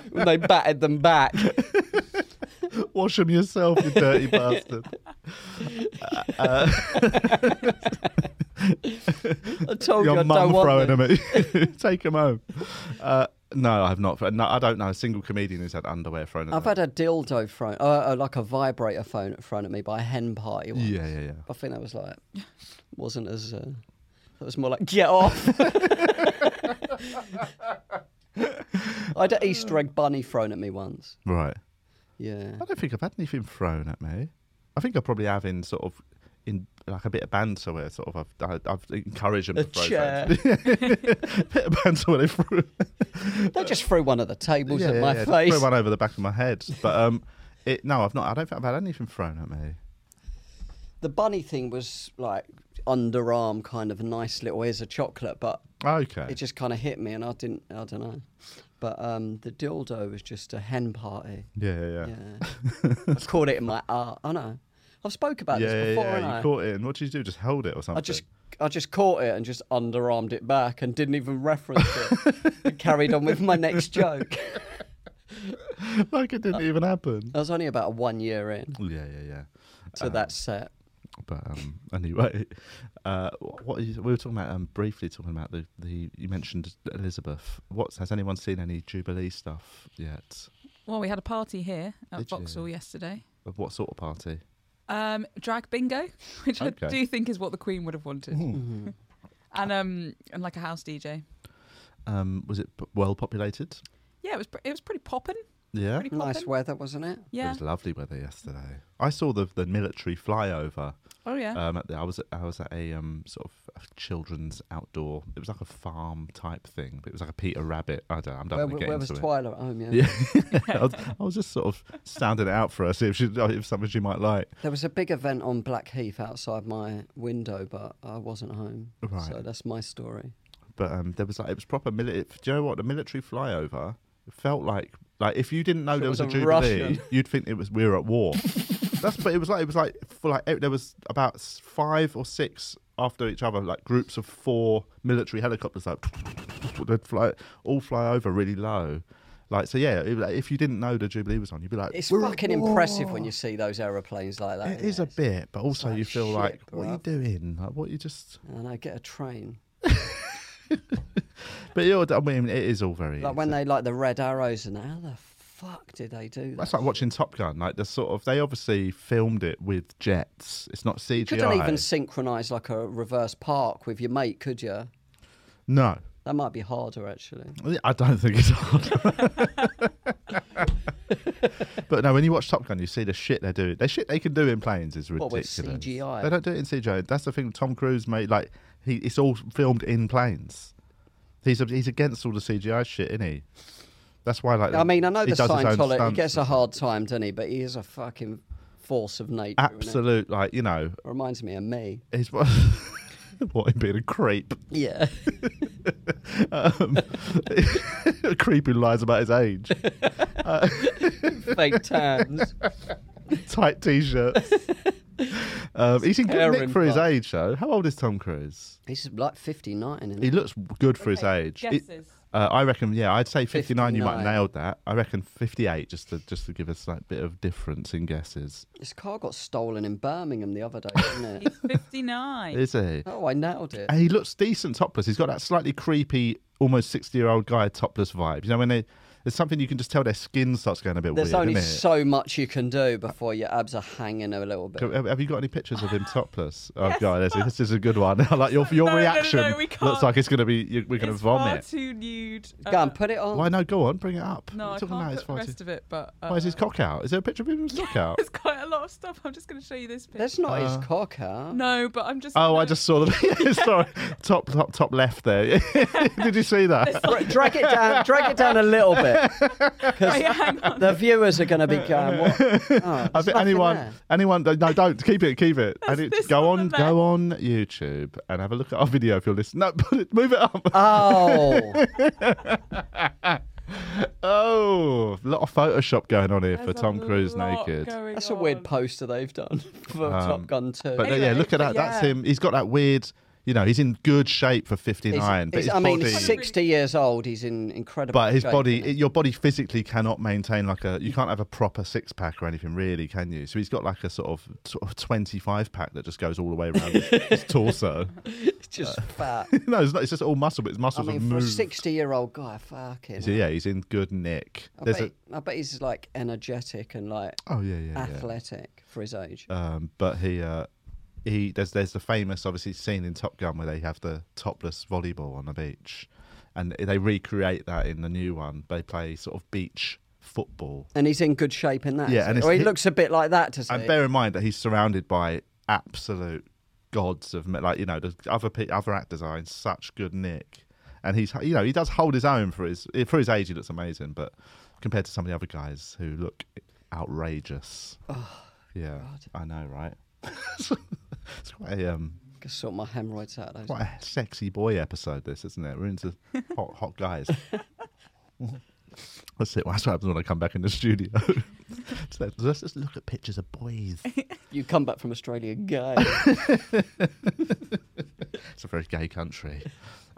Speaker 3: (laughs)
Speaker 2: when they batted them back.
Speaker 3: Wash them yourself,
Speaker 2: (laughs)
Speaker 3: you dirty bastard.
Speaker 2: I told you I
Speaker 3: your mum
Speaker 2: Oh, don't want
Speaker 3: throwing
Speaker 2: them.
Speaker 3: them at
Speaker 2: (laughs)
Speaker 3: you. (laughs) Take them home. Uh, no, I've not. No, I don't know a single comedian who's had underwear thrown at
Speaker 2: I've
Speaker 3: them.
Speaker 2: had a dildo thrown, uh, uh, like a vibrator phone thrown at me by a hen party. Once.
Speaker 3: Yeah, yeah, yeah.
Speaker 2: I think that was like, wasn't as. Uh, that was more like get off. (laughs) I had an Easter egg bunny thrown at me once.
Speaker 3: Right.
Speaker 2: Yeah.
Speaker 3: I don't think I've had anything thrown at me. I think I probably have in sort of in like a bit of banter where sort of I've I, I've encouraged them
Speaker 2: A
Speaker 3: to throw (laughs)
Speaker 2: chair.
Speaker 3: something. bit of banter where they threw.
Speaker 2: They just threw one of the tables at my
Speaker 3: yeah, just
Speaker 2: face.
Speaker 3: Throw one over the back of my head. But um, it no, I've not. I don't think I've had anything thrown at me.
Speaker 2: The bunny thing was like underarm kind of nice little here's a chocolate, but
Speaker 3: Okay.
Speaker 2: it just kind of hit me and I didn't, I don't know. But um, the dildo was just a hen party.
Speaker 3: yeah, yeah, yeah.
Speaker 2: Yeah.
Speaker 3: (laughs)
Speaker 2: I've caught it in my art. I know. I've spoke about
Speaker 3: Yeah,
Speaker 2: this
Speaker 3: yeah,
Speaker 2: before,
Speaker 3: yeah,
Speaker 2: and I?
Speaker 3: You caught it. And what did you do? Just held it or something?
Speaker 2: I just I just caught it and just underarmed it back and didn't even reference
Speaker 3: (laughs)
Speaker 2: it. and carried on with my next joke.
Speaker 3: (laughs) like it
Speaker 2: Uh,
Speaker 3: didn't even happen.
Speaker 2: I was only about one year in
Speaker 3: yeah, yeah, yeah.
Speaker 2: to that set.
Speaker 3: But um, anyway, (laughs) uh, wh- what is, we were talking about um, briefly talking about the, the you mentioned Elizabeth. What's has anyone seen any Jubilee stuff yet?
Speaker 4: Well, we had a party here at
Speaker 3: Did you?
Speaker 4: Vauxhall yesterday.
Speaker 3: Of What sort of party?
Speaker 4: Um, drag bingo, (laughs) which
Speaker 3: Okay. Hmm.
Speaker 4: I do think is what the Queen would have wanted, (laughs) and um, and like a house DJ.
Speaker 3: Um, was it p- well populated?
Speaker 4: Yeah, it was pre- it was pretty poppin'.
Speaker 3: Yeah,
Speaker 4: Pretty
Speaker 2: Nice
Speaker 4: poppin'.
Speaker 2: weather, wasn't it?
Speaker 3: it
Speaker 4: Yeah.
Speaker 3: was lovely weather yesterday. I saw the the military flyover.
Speaker 4: Oh yeah.
Speaker 3: (laughs) Um, at the, I was at, I was at a um sort of a children's outdoor. It was like a farm type thing, but it was like a Peter Rabbit. I don't. know, I'm not
Speaker 2: Where,
Speaker 3: gonna get
Speaker 2: where was
Speaker 3: into it.
Speaker 2: Twyla at home? Yeah.
Speaker 3: Yeah, (laughs) I, was, I was just sort of sounding it out for her, see if she, if something she might like.
Speaker 2: There was a big event on Blackheath outside my window, but I wasn't home.
Speaker 3: Right.
Speaker 2: So that's my story. But
Speaker 3: But um, there was like it was proper military. Do you know what the military flyover felt like? Like if you didn't know
Speaker 2: If it
Speaker 3: there was,
Speaker 2: was
Speaker 3: a
Speaker 2: a
Speaker 3: jubilee,
Speaker 2: Russian.
Speaker 3: (laughs) you'd think it was we were
Speaker 2: (laughs)
Speaker 3: at war. That's but it was like it was like for like e, there was about s- five or six after each other, like (laughs) groups of four military helicopters, like they'd fly, all fly over really low. Like so, yeah. If, like, if you didn't know the Jubilee was on, you'd be like,
Speaker 2: It's
Speaker 3: "We're at
Speaker 2: fucking
Speaker 3: war."
Speaker 2: impressive when you see those aeroplanes like that.
Speaker 3: It is a bit, but also
Speaker 2: like,
Speaker 3: you feel
Speaker 2: "Shit,
Speaker 3: like, what are you
Speaker 2: bruv."
Speaker 3: doing? Like, what you just?
Speaker 2: And I get a train.
Speaker 3: But you know, I mean, it is all very.
Speaker 2: Like when
Speaker 3: easy.
Speaker 2: they like the red arrows and that, how the fuck did they do that?
Speaker 3: That's like watching Top Gun. Like the sort of they obviously filmed it with jets. It's not CGI.
Speaker 2: Couldn't even synchronise like a reverse park with your mate, could you?
Speaker 3: no,
Speaker 2: That might be harder actually.
Speaker 3: I don't think it's hard.
Speaker 2: (laughs)
Speaker 3: but no, when you watch Top Gun, you see the shit they're doing. The shit they can do in planes is
Speaker 2: What, with
Speaker 3: ridiculous.
Speaker 2: CGI?
Speaker 3: They don't do it in CGI. That's the thing. Tom Cruise made like he. It's all filmed in planes. He's he's against all the CGI shit, isn't he? That's why like
Speaker 2: I mean, I know
Speaker 3: he
Speaker 2: the
Speaker 3: does his own
Speaker 2: Scientologist he
Speaker 3: stunts
Speaker 2: gets
Speaker 3: and
Speaker 2: a
Speaker 3: stuff.
Speaker 2: hard time, doesn't he? But he is a fucking force of nature. innit?
Speaker 3: absolute like you know
Speaker 2: Reminds me of me.
Speaker 3: he's (laughs) what him being a creep.
Speaker 2: (laughs) Yeah.
Speaker 3: um, a (laughs) creep who lies about
Speaker 2: (laughs)
Speaker 3: his age.
Speaker 2: Fake tans.
Speaker 3: Tight t-shirts. Um, he's in good nick
Speaker 2: Tearing
Speaker 3: for his
Speaker 2: butt.
Speaker 3: age, though. How old is Tom Cruise?
Speaker 2: He's like 59 isn't
Speaker 3: He
Speaker 2: he?
Speaker 3: looks good for his
Speaker 4: Okay,
Speaker 3: age.
Speaker 4: guesses.
Speaker 3: uh, I reckon, yeah, I'd say 59, You might have
Speaker 2: 59.
Speaker 3: nailed that. I reckon 58, just to just to give us that bit of difference in guesses.
Speaker 2: His car got stolen in Birmingham the other day, didn't (laughs) it?
Speaker 4: He's 59.
Speaker 3: Is he?
Speaker 2: oh, I nailed it.
Speaker 3: And he looks decent topless. He's got that slightly creepy, almost 60-year-old guy topless vibe. You know, when they, there's something you can just tell their skin starts going a bit
Speaker 2: There's
Speaker 3: weird,
Speaker 2: only
Speaker 3: isn't it?
Speaker 2: so much you can do before your abs are hanging a little bit.
Speaker 3: Have- Have you got any
Speaker 4: (sighs)
Speaker 3: pictures of him topless? Oh god, this, this is a good one. (laughs) I like your your
Speaker 4: (laughs) No, no, no, no,
Speaker 3: reaction
Speaker 4: we
Speaker 3: looks
Speaker 4: can't.
Speaker 3: like it's gonna be you, we're gonna
Speaker 4: it's
Speaker 3: vomit.
Speaker 4: Far too nude.
Speaker 2: Go
Speaker 4: Uh,
Speaker 2: on, put it on.
Speaker 3: Why no? Go on, bring it up.
Speaker 4: No, I
Speaker 3: What are you
Speaker 4: can't
Speaker 3: talking about?
Speaker 4: put
Speaker 3: It's
Speaker 4: the
Speaker 3: far too-
Speaker 4: rest of it. But uh,
Speaker 3: Why is his cock out? Is there a picture of him with his cock out?
Speaker 4: (laughs) There's quite a lot of stuff. I'm just going to show you this picture.
Speaker 2: That's not
Speaker 3: Uh,
Speaker 2: his cock, huh?
Speaker 4: No, but I'm just.
Speaker 3: Oh,
Speaker 4: no.
Speaker 3: I just saw the (laughs)
Speaker 4: (laughs)
Speaker 3: yeah, sorry top top top left there. (laughs) Did you
Speaker 4: (laughs)
Speaker 3: see that? (laughs)
Speaker 2: Dra- drag it down. Drag it down a little bit.
Speaker 4: Wait,
Speaker 3: (laughs)
Speaker 4: hang on.
Speaker 2: The viewers are going to be going. What? Oh,
Speaker 3: I
Speaker 2: there's
Speaker 3: think
Speaker 2: nothing
Speaker 3: anyone,
Speaker 2: there.
Speaker 3: anyone, no, don't keep it,
Speaker 4: (laughs)
Speaker 3: keep it. And it
Speaker 4: this
Speaker 3: go
Speaker 4: on
Speaker 3: on,
Speaker 4: the
Speaker 3: go on YouTube and have a look at our video if you're listening. No, (laughs) put it, move it up.
Speaker 2: Uh, Oh,
Speaker 3: (laughs) Oh, a lot of Photoshop going on here for
Speaker 4: There's a
Speaker 3: Tom Cruise
Speaker 4: lot
Speaker 3: naked.
Speaker 4: going
Speaker 2: that's a weird
Speaker 4: on.
Speaker 2: poster they've done (laughs) for Top Gun 2.
Speaker 3: Um, But uh, yeah, look at that. That's
Speaker 4: yeah.
Speaker 3: him. He's got that weird. You know, he's in good shape for fifty
Speaker 2: He's-
Speaker 3: nine, but
Speaker 2: he's-
Speaker 3: his
Speaker 2: I mean,
Speaker 3: body.
Speaker 2: he's 60 years old. He's in incredible
Speaker 3: but his
Speaker 2: shape,
Speaker 3: body,
Speaker 2: isn't he?
Speaker 3: your body physically cannot maintain like a. You can't have a proper six pack or anything, really, can you? So he's got like a sort of, sort of twenty five pack that just goes all the way around his,
Speaker 2: (laughs)
Speaker 3: his torso.
Speaker 2: It's
Speaker 3: (laughs)
Speaker 2: just fat.
Speaker 3: no, it's not. It's just all muscle, but his
Speaker 2: I
Speaker 3: muscles
Speaker 2: mean,
Speaker 3: have
Speaker 2: for a
Speaker 3: moved.
Speaker 2: 60 year old guy, fucking.
Speaker 3: So yeah, he's in good nick.
Speaker 2: I,
Speaker 3: There's
Speaker 2: bet,
Speaker 3: a.
Speaker 2: I bet he's like energetic and like
Speaker 3: Oh yeah, yeah, yeah.
Speaker 2: athletic for his age.
Speaker 3: um, but he uh, he there's there's the famous obviously scene in Top Gun where they have the topless volleyball on the beach, and they recreate that in the new one. They play sort of beach football,
Speaker 2: and he's in good shape in that.
Speaker 3: Yeah,
Speaker 2: is
Speaker 3: and
Speaker 2: he?
Speaker 3: it's
Speaker 2: or he
Speaker 3: hit-
Speaker 2: looks a bit like that, does
Speaker 3: and
Speaker 2: he?
Speaker 3: bear in mind that he's surrounded by absolute gods of me- like you know the other pe- other actors are in such good nick, and he's you know he does hold his own for his for his age. He looks amazing, but compared to some of the other guys who look outrageous. yeah, I know, right? (laughs) it's quite a, um,
Speaker 2: I can sort my hemorrhoids out. Those.
Speaker 3: Quite a sexy boy episode, this, isn't it?
Speaker 2: (laughs)
Speaker 3: We're into hot, hot guys. That's it. That's what happens when I come back in
Speaker 2: (laughs)
Speaker 3: the studio. So let's just look at pictures of boys.
Speaker 2: You come back from Australia,
Speaker 3: (laughs)
Speaker 2: gay.
Speaker 3: It's a very gay country.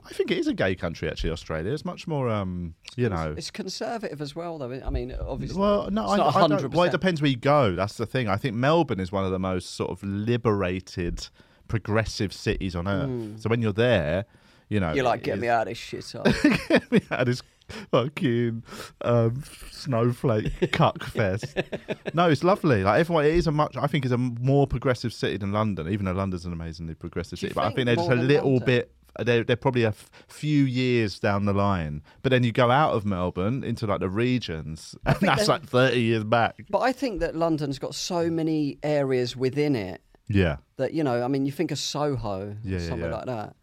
Speaker 3: I think it is a gay country, actually, Australia. It's much more, um, you know.
Speaker 2: it's conservative as well, though. I mean, obviously.
Speaker 3: Well, no,
Speaker 2: it's
Speaker 3: I,
Speaker 2: not
Speaker 3: I don't.
Speaker 2: 100%.
Speaker 3: Well, it depends where you go. That's the thing. I think Melbourne is one of the most sort of liberated, progressive cities on earth. So when you're there, you know,
Speaker 2: Mm. You're like,
Speaker 3: it
Speaker 2: get
Speaker 3: is-
Speaker 2: me out of this shit.
Speaker 3: (laughs) we had his fucking um,
Speaker 2: (laughs)
Speaker 3: snowflake cuck fest. No, it's lovely. Like everyone, it is a much. I think it's a more progressive city than London. Even though London's an amazingly progressive
Speaker 2: Do you
Speaker 3: city, but I
Speaker 2: think
Speaker 3: think they're just a
Speaker 2: more than
Speaker 3: little
Speaker 2: London?
Speaker 3: bit. They're, they're probably a f- few years down the line. But then you go out of Melbourne into like the regions, (laughs) and that's like thirty years back.
Speaker 2: But I think that London's got so many areas within it
Speaker 3: Yeah.
Speaker 2: that you know. I mean, you think of Soho,
Speaker 3: Yeah, yeah,
Speaker 2: somewhere
Speaker 3: yeah.
Speaker 2: like that.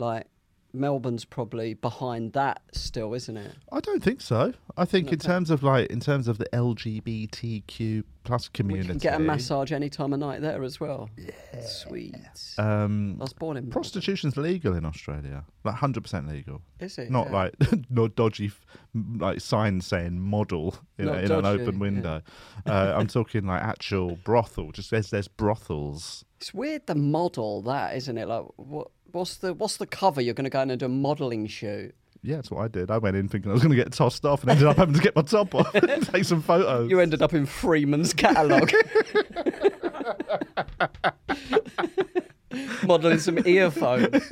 Speaker 2: Like Melbourne's probably behind that still, isn't it?
Speaker 3: I don't think so. I think in terms of like in terms of the LGBTQ plus
Speaker 2: We
Speaker 3: community,
Speaker 2: can get a massage any time of night there as well. Yeah, sweet.
Speaker 3: Um,
Speaker 2: I was born in
Speaker 3: Prostitution's legal in Australia, like hundred percent legal.
Speaker 2: Is it?
Speaker 3: Not
Speaker 2: Yeah.
Speaker 3: like (laughs) no dodgy f- m- like sign saying model you know,
Speaker 2: Not
Speaker 3: in an
Speaker 2: dodgy,
Speaker 3: open
Speaker 2: yeah.
Speaker 3: window. Uh, I'm talking like actual brothel. Just there's there's brothels.
Speaker 2: It's weird the model that, isn't it? Like what what's the what's the cover? You're gonna go in and do a modelling shoot.
Speaker 3: yeah, that's what I did. I went in thinking I was going to get tossed off and ended up having to get my top off (laughs) and take some photos.
Speaker 2: You ended up in Freeman's
Speaker 3: (laughs)
Speaker 2: catalogue. Modelling some earphones.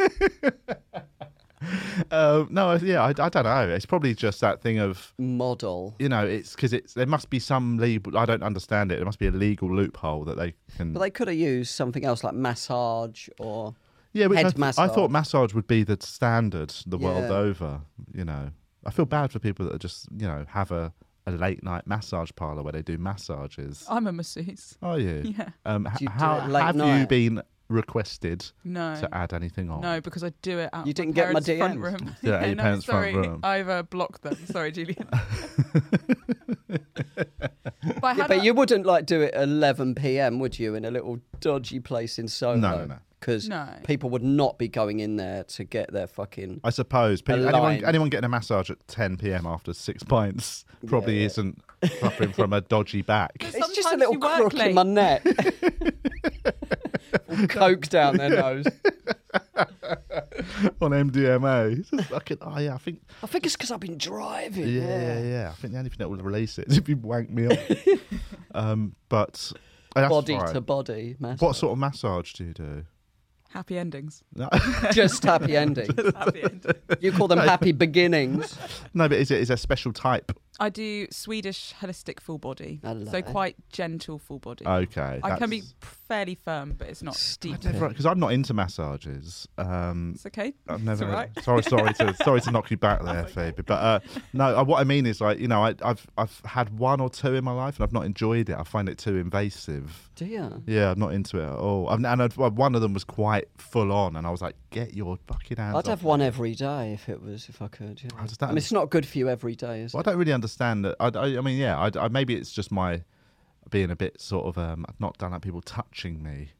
Speaker 3: Uh, no, I- yeah, I, I don't know. It's probably just that thing of
Speaker 2: Model.
Speaker 3: you know, it's because it's there must be some legal. I don't understand it. There must be a legal loophole that they can.
Speaker 2: But they could have used something else like massage or.
Speaker 3: yeah, which I,
Speaker 2: head
Speaker 3: th- I
Speaker 2: massage.
Speaker 3: thought massage would be the standard the world
Speaker 2: Yeah.
Speaker 3: over. You know, I feel bad for people that just you know have a, a late night massage parlor where they do massages.
Speaker 4: I'm a masseuse.
Speaker 3: Are you?
Speaker 4: Yeah.
Speaker 3: Um, h-
Speaker 2: Oh, Do you do
Speaker 3: how
Speaker 2: it late
Speaker 3: have you
Speaker 2: night?
Speaker 3: been requested
Speaker 4: No.
Speaker 3: to add anything on?
Speaker 4: No, because I do it out
Speaker 2: You
Speaker 4: my
Speaker 2: didn't get my
Speaker 4: parents' front
Speaker 2: DMs.
Speaker 4: room.
Speaker 3: (laughs)
Speaker 4: (laughs)
Speaker 3: Yeah, your
Speaker 4: no,
Speaker 3: parents'
Speaker 4: sorry,
Speaker 3: front room.
Speaker 4: I've uh, blocked them. Sorry,
Speaker 3: (laughs)
Speaker 4: Julian. but I had
Speaker 2: But
Speaker 4: a-
Speaker 2: you wouldn't like do it 11 p.m., would you, in a little dodgy place in Soho?
Speaker 3: No, no, no.
Speaker 2: Because
Speaker 4: No.
Speaker 2: people would not be going in there to get their fucking.
Speaker 3: I suppose pe-
Speaker 2: A
Speaker 3: anyone,
Speaker 2: line.
Speaker 3: anyone getting a massage at 10 p.m. after six pints probably
Speaker 2: yeah.
Speaker 3: isn't suffering from a dodgy
Speaker 2: (laughs)
Speaker 3: back.
Speaker 2: It's just a
Speaker 4: Sometimes
Speaker 2: little
Speaker 4: you work
Speaker 2: crook in
Speaker 4: late.
Speaker 2: my neck. Or Coke down their nose.
Speaker 3: on MDMA. It's just fucking, oh yeah, I think
Speaker 2: I think it's because I've been driving.
Speaker 3: yeah, yeah, yeah. I think the only thing that will release it is if you wank
Speaker 4: (laughs)
Speaker 3: me up. um, but oh, that's
Speaker 2: Body
Speaker 3: fine.
Speaker 2: to body, man.
Speaker 3: What sort of massage do you do?
Speaker 4: happy endings.
Speaker 3: No,
Speaker 2: Just (laughs) happy endings.
Speaker 4: Happy endings.
Speaker 2: You call
Speaker 3: (laughs)
Speaker 2: them happy beginnings.
Speaker 3: no but is it is there a special type?
Speaker 4: I do Swedish holistic full body,
Speaker 2: I love
Speaker 4: so
Speaker 2: it.
Speaker 4: quite gentle full body.
Speaker 3: Okay,
Speaker 4: I can be
Speaker 3: Oh, that's-
Speaker 4: fairly firm, but it's not steep.
Speaker 3: I've never because I'm not into massages. Um,
Speaker 4: It's okay.
Speaker 3: I've never.
Speaker 4: alright.
Speaker 3: Sorry,
Speaker 4: (laughs)
Speaker 3: sorry to sorry to knock you back there, Phoebe. But uh, no, uh, what I mean is like you know I, I've I've had one or two in my life and I've not enjoyed it. I find it too invasive.
Speaker 2: Do you?
Speaker 3: Yeah, I'm not into it at all. And, and I'd, well, one of them was quite full on, and I was like, "Get your fucking hands!"
Speaker 2: I'd
Speaker 3: off
Speaker 2: have
Speaker 3: me."
Speaker 2: one every day if it was if I could. Yeah.
Speaker 3: I just don't
Speaker 2: and it's not good for you every day, is
Speaker 3: Well, I
Speaker 2: it?
Speaker 3: don't really understand that. I, I, I mean, yeah, I, I- maybe it's just my being a bit sort of um, I've not done like people touching me.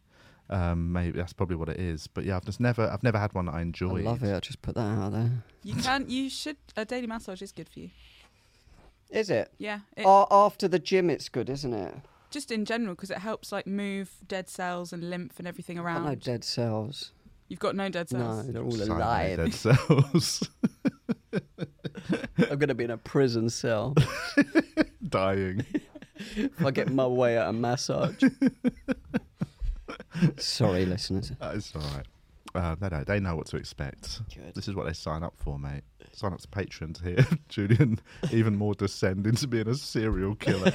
Speaker 3: Um, maybe that's probably what it is. But yeah, I've just never, I've never had one that I
Speaker 2: I
Speaker 3: enjoyed.
Speaker 2: love it. I just put that out there.
Speaker 4: You can. You should. A daily massage is good for you.
Speaker 2: Is it?
Speaker 4: Yeah. It,
Speaker 2: A- after the gym, it's good, isn't it?
Speaker 4: just in general, because it helps like move dead cells and lymph and everything
Speaker 2: Got
Speaker 4: around.
Speaker 2: no dead cells.
Speaker 4: You've got no dead
Speaker 2: No,
Speaker 4: cells.
Speaker 2: they're all
Speaker 3: Sorry,
Speaker 2: alive.
Speaker 3: Dead (laughs) cells
Speaker 2: I'm gonna be in a prison cell.
Speaker 3: dying.
Speaker 2: if I get my way at a
Speaker 3: (laughs)
Speaker 2: massage. Sorry, listeners.
Speaker 3: That's all right. Uh, they know. They know what to expect.
Speaker 2: Good.
Speaker 3: This is what they sign up for, mate. Sign up to Patreon to hear (laughs) Julian even more descend into being a
Speaker 2: (laughs)
Speaker 3: serial killer.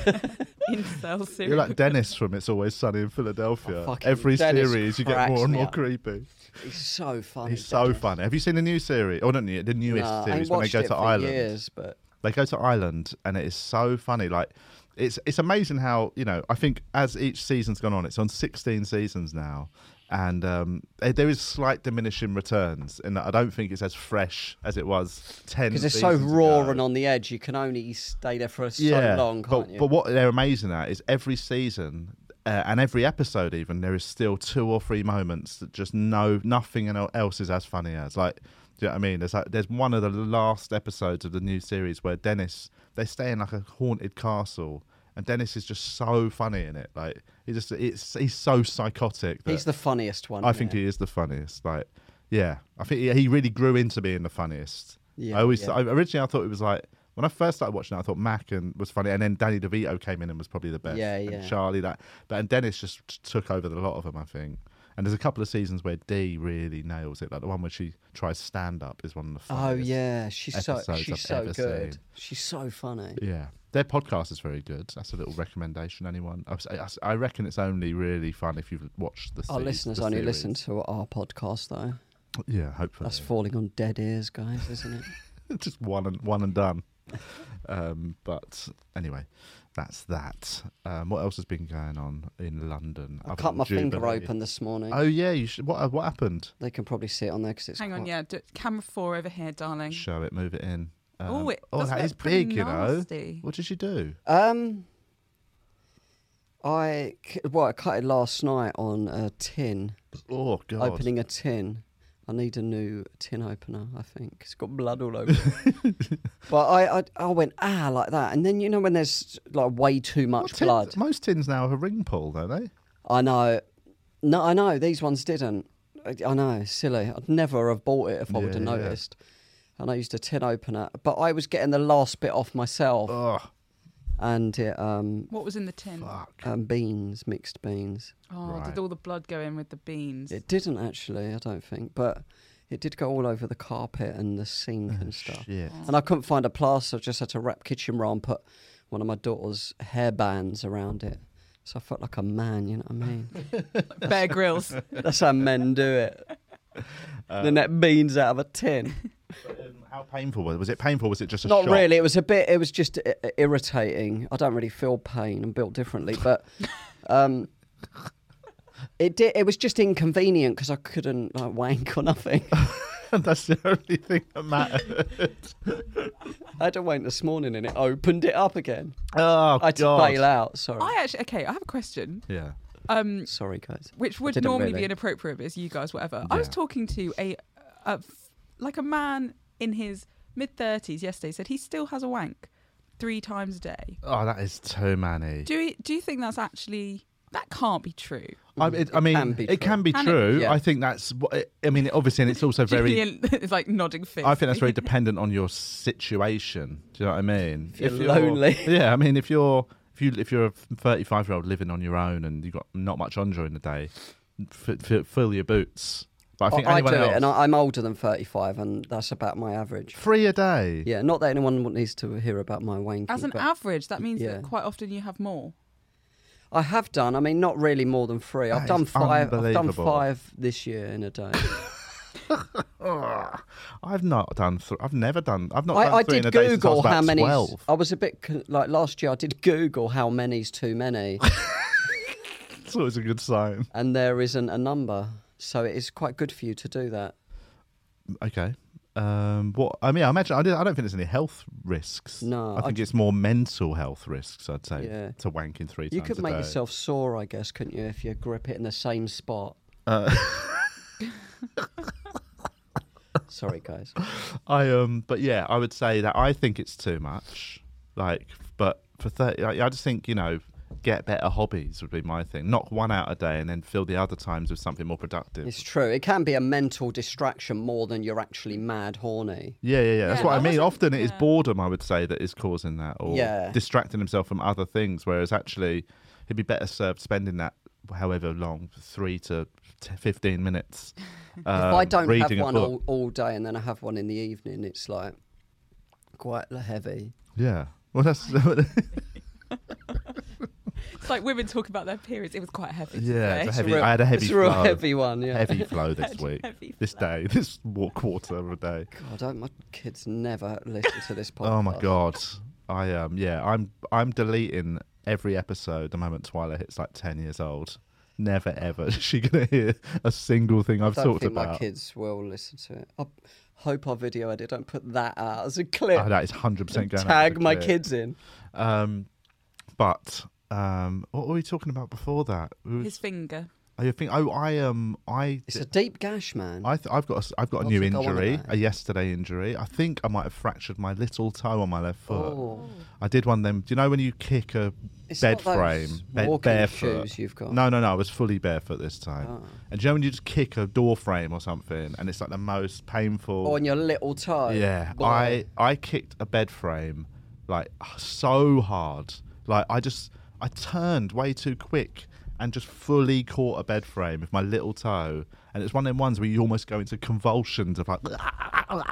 Speaker 4: In cells.
Speaker 3: You're like Dennis from It's Always Sunny in Philadelphia.
Speaker 2: Oh, fucking
Speaker 3: Every
Speaker 2: Dennis
Speaker 3: series, you get
Speaker 2: cracks
Speaker 3: more and
Speaker 2: me
Speaker 3: more
Speaker 2: up.
Speaker 3: creepy.
Speaker 2: He's so funny.
Speaker 3: He's so
Speaker 2: Dennis.
Speaker 3: funny. Have you seen the new series? Or not new, the newest
Speaker 2: Nah, I
Speaker 3: series
Speaker 2: ain't
Speaker 3: when they
Speaker 2: watched
Speaker 3: go
Speaker 2: it
Speaker 3: to
Speaker 2: for
Speaker 3: Ireland?
Speaker 2: years, but
Speaker 3: They go to Ireland, and it is so funny. Like, it's it's amazing how you know. I think as each season's gone on, it's on 16 seasons now, and um, eh, there is slight diminishing returns in that I don't think it's as fresh as it was 10.
Speaker 2: because it's so
Speaker 3: seasons
Speaker 2: raw
Speaker 3: ago.
Speaker 2: and on the edge, you can only stay there for so long,
Speaker 3: but,
Speaker 2: can't you?
Speaker 3: but what they're amazing at is every season uh, and every episode, even there is still two or three moments that just no nothing el- else is as funny as like. Do you know what I mean? There's like, there's one of the last episodes of the new series where Dennis they stay in like a haunted castle. And Dennis is just so funny in it. Like he just it's he's so psychotic. That
Speaker 2: He's the funniest one.
Speaker 3: I think he is the funniest. Like, yeah, I think he, he really grew into being the funniest.
Speaker 2: Yeah,
Speaker 3: I always
Speaker 2: yeah.
Speaker 3: I, originally I thought it was like when I first started watching it, I thought Mac and was funny, and then Danny DeVito came in and was probably the best.
Speaker 2: Yeah, yeah.
Speaker 3: And Charlie that, but and Dennis just t- took over the lot of them. I think. And there's a couple of seasons where Dee really nails it. Like the one where she tries stand up is one of the
Speaker 2: Oh
Speaker 3: funniest.
Speaker 2: yeah, she's so
Speaker 3: episodes I've
Speaker 2: she's so
Speaker 3: ever
Speaker 2: good.
Speaker 3: seen.
Speaker 2: She's so funny.
Speaker 3: Yeah. Their podcast is very good. That's a little recommendation. Anyone? I, was- I- I reckon it's only really fun if you've watched the.
Speaker 2: Our
Speaker 3: se-
Speaker 2: listeners
Speaker 3: the
Speaker 2: only
Speaker 3: series.
Speaker 2: listen to our podcast though.
Speaker 3: Yeah, hopefully.
Speaker 2: That's falling on dead ears, guys, isn't
Speaker 3: (laughs)
Speaker 2: it?
Speaker 3: just one and one and done. Um, but anyway, that's that. Um, what else has been going on in London?
Speaker 2: I
Speaker 3: other
Speaker 2: cut
Speaker 3: than
Speaker 2: my finger
Speaker 3: Jubilee?
Speaker 2: open this morning.
Speaker 3: Oh yeah, you should. What what happened?
Speaker 2: They can probably see it on there because it's
Speaker 4: Hang on,
Speaker 2: quite-
Speaker 4: yeah. Do, camera four over here,
Speaker 2: Mm.
Speaker 4: darling.
Speaker 3: Show it, move it in. Um,
Speaker 4: Oh, it does
Speaker 3: that
Speaker 4: look
Speaker 3: is
Speaker 4: pretty
Speaker 3: big, you know.
Speaker 4: nasty.
Speaker 3: What did you do?
Speaker 2: Um, I c- well, I cut it last night on a tin,
Speaker 3: Oh god,
Speaker 2: opening a tin. I need a new tin opener. I think it's got blood all over. it.
Speaker 3: (laughs)
Speaker 2: but I, I, I went ah like that, and then you know when there's like way too
Speaker 3: Well,
Speaker 2: much
Speaker 3: tins-
Speaker 2: blood.
Speaker 3: Most tins now have a ring pull, don't they?
Speaker 2: I know. No, I know. These ones didn't. I, I know. Silly. I'd never have bought it if I would
Speaker 3: Yeah,
Speaker 2: have
Speaker 3: yeah.
Speaker 2: noticed. and I used a tin opener, but I was getting the last bit off myself,
Speaker 3: Ugh,
Speaker 2: and it, um,
Speaker 4: What was in the tin?
Speaker 3: fuck.
Speaker 2: um, beans, mixed beans.
Speaker 4: Oh,
Speaker 3: Right.
Speaker 4: did all the blood go in with the beans?
Speaker 2: It didn't actually, I don't think, but it did go all over the carpet and the sink and stuff.
Speaker 3: Oh, Shit.
Speaker 2: And I couldn't find a plaster, I just had to wrap kitchen roll and put one of my daughter's hair bands around it. So I felt like a man, you know what I mean? (laughs)
Speaker 4: Bear grills.
Speaker 2: That's how men do
Speaker 3: (laughs)
Speaker 2: it.
Speaker 3: Uh,
Speaker 2: they net beans out of a tin.
Speaker 3: Um, How painful was it? Was it painful? Was it just a
Speaker 2: Not
Speaker 3: shock?
Speaker 2: really. It was a bit. It was just i- i- irritating. I don't really feel pain. I'm built differently,
Speaker 3: (laughs)
Speaker 2: but um, it did. It was just inconvenient because I couldn't like, wank or
Speaker 3: (laughs)
Speaker 2: nothing.
Speaker 3: (laughs) That's the only thing that mattered.
Speaker 2: I had to wank this morning and it opened it up again.
Speaker 3: oh,
Speaker 2: (laughs) I had to
Speaker 3: God.
Speaker 2: bail out. Sorry.
Speaker 4: I actually, okay, I have a question.
Speaker 3: Yeah.
Speaker 4: Um,
Speaker 2: Sorry, guys.
Speaker 4: which
Speaker 2: I
Speaker 4: would
Speaker 2: didn't
Speaker 4: normally
Speaker 2: really.
Speaker 4: be inappropriate, but it's you guys, whatever. I was
Speaker 3: Yeah.
Speaker 4: talking to a, a f- like a man in his mid thirties yesterday. Said he still has a wank three times a day.
Speaker 3: Oh, that is too many.
Speaker 4: Do you, do you think that's actually that can't be true?
Speaker 3: I, it, I mean,
Speaker 2: can be
Speaker 3: it can be
Speaker 4: Can it?
Speaker 3: true.
Speaker 2: Yeah.
Speaker 3: I think that's. What it, I mean, obviously, and it's
Speaker 2: (laughs)
Speaker 4: (laughs)
Speaker 3: also (laughs) very.
Speaker 4: Julian is like nodding fist.
Speaker 3: I think that's very dependent on your situation. Do you know what I mean? If
Speaker 2: you're lonely.
Speaker 3: (laughs) yeah. I mean, if you're if you if you're a thirty-five-year-old living on your own and you've got not much on during the day, f- f- fill your boots. But I think
Speaker 2: I,
Speaker 3: anyone
Speaker 2: do
Speaker 3: else,
Speaker 2: it, and I, I'm older than 35, and that's about my average.
Speaker 3: free a day.
Speaker 2: Yeah, not that anyone needs to hear about my wanking.
Speaker 4: As an
Speaker 2: but-
Speaker 4: average, that means
Speaker 2: Yeah.
Speaker 4: that quite often you have more.
Speaker 2: I have done. I mean, not really more than three.
Speaker 3: That
Speaker 2: I've
Speaker 3: is
Speaker 2: done five. I've done
Speaker 3: unbelievable.
Speaker 2: five this year in a day.
Speaker 3: Ugh. I've not done. Th- I've never done. I've (laughs) not.
Speaker 2: I,
Speaker 3: done
Speaker 2: I
Speaker 3: three in
Speaker 2: did
Speaker 3: a day since I
Speaker 2: Google
Speaker 3: was about
Speaker 2: how many. Oh.
Speaker 3: 12.
Speaker 2: I was a bit con- like last year. I did Google how many's too
Speaker 3: (laughs)
Speaker 2: many,
Speaker 3: It's always a good sign.
Speaker 2: and there isn't a number. So it is quite good for you to do that.
Speaker 3: Okay. Um, what I mean, I imagine I, did, I don't think there's any health risks.
Speaker 2: No,
Speaker 3: I
Speaker 2: I
Speaker 3: think it's more mental health risks. I'd say
Speaker 2: Yeah.
Speaker 3: to wanking three
Speaker 2: You
Speaker 3: times
Speaker 2: could
Speaker 3: a
Speaker 2: make
Speaker 3: day.
Speaker 2: yourself sore, I guess, couldn't you, if you grip it in the same spot?
Speaker 3: Uh,
Speaker 2: (laughs) Sorry, guys.
Speaker 3: I um, but yeah, I would say that I think it's too much. Like, but for thirty, I, I just think you know, get better hobbies would be my thing. Knock one out a day and then fill the other times with something more productive.
Speaker 2: It's true. It can be a mental distraction more than you're actually mad horny.
Speaker 3: Yeah, yeah, yeah. That's
Speaker 4: Yeah,
Speaker 3: what I,
Speaker 4: I
Speaker 3: mean.
Speaker 4: wasn't-
Speaker 3: Often it is
Speaker 4: yeah.
Speaker 3: boredom, I would say, that is causing that, or
Speaker 2: Yeah.
Speaker 3: distracting himself from other things. Whereas actually, he'd be better served spending that, however long, three to t-
Speaker 4: (laughs)
Speaker 3: fifteen minutes. um,
Speaker 2: if I don't have
Speaker 3: reading a
Speaker 2: one all,
Speaker 3: book.
Speaker 2: all day and then I have one in the evening, it's like quite heavy.
Speaker 3: Yeah. Well, that's (laughs)
Speaker 4: It's like women talk about their periods. It was quite heavy.
Speaker 3: yeah. It's a
Speaker 4: today.
Speaker 3: heavy.
Speaker 2: real-
Speaker 3: I had a heavy
Speaker 2: it's a real
Speaker 3: flow.
Speaker 2: heavy one, yeah.
Speaker 3: Heavy flow this week,
Speaker 4: (laughs) heavy
Speaker 3: this day, (laughs) this wa- quarter of a day.
Speaker 2: God, I, my kids never listen to this podcast.
Speaker 3: (laughs) Oh my god. I um yeah. I'm I'm deleting every episode the moment Twyla hits like ten years old. Never ever is she gonna (laughs) hear a single thing I've
Speaker 2: I don't
Speaker 3: talked
Speaker 2: think
Speaker 3: about.
Speaker 2: my kids will listen to it. I hope our video editor don't put that out as a clip. (laughs)
Speaker 3: Oh, that is hundred percent going. out as
Speaker 2: Tag
Speaker 3: a
Speaker 2: my
Speaker 3: clip.
Speaker 2: kids in.
Speaker 3: Um, but um, what were we talking about before that? We
Speaker 4: (laughs)
Speaker 3: were-
Speaker 4: His finger.
Speaker 3: I think I I um I
Speaker 2: It's a deep gash, man.
Speaker 3: I th- I've got a s- I've got a
Speaker 2: What
Speaker 3: new
Speaker 2: did you go on
Speaker 3: injury,
Speaker 2: about?
Speaker 3: a yesterday injury. I think I might have fractured my little toe on my left foot.
Speaker 2: Oh.
Speaker 3: I did one of them. Do you know when you kick a
Speaker 2: It's
Speaker 3: bed
Speaker 2: not those
Speaker 3: frame, bed,
Speaker 2: walking
Speaker 3: barefoot?
Speaker 2: shoes you've got. Oh.
Speaker 3: No, no, no. I was fully barefoot this time. And do you know when you just kick a door frame or something, and it's like the most painful.
Speaker 2: On your little toe.
Speaker 3: Yeah,
Speaker 2: Boy.
Speaker 3: I I kicked a bed frame like so hard. Like I just I turned way too quick and just fully caught a bed frame with my little toe. And it's one of them ones where you almost go into convulsions of like, (laughs) and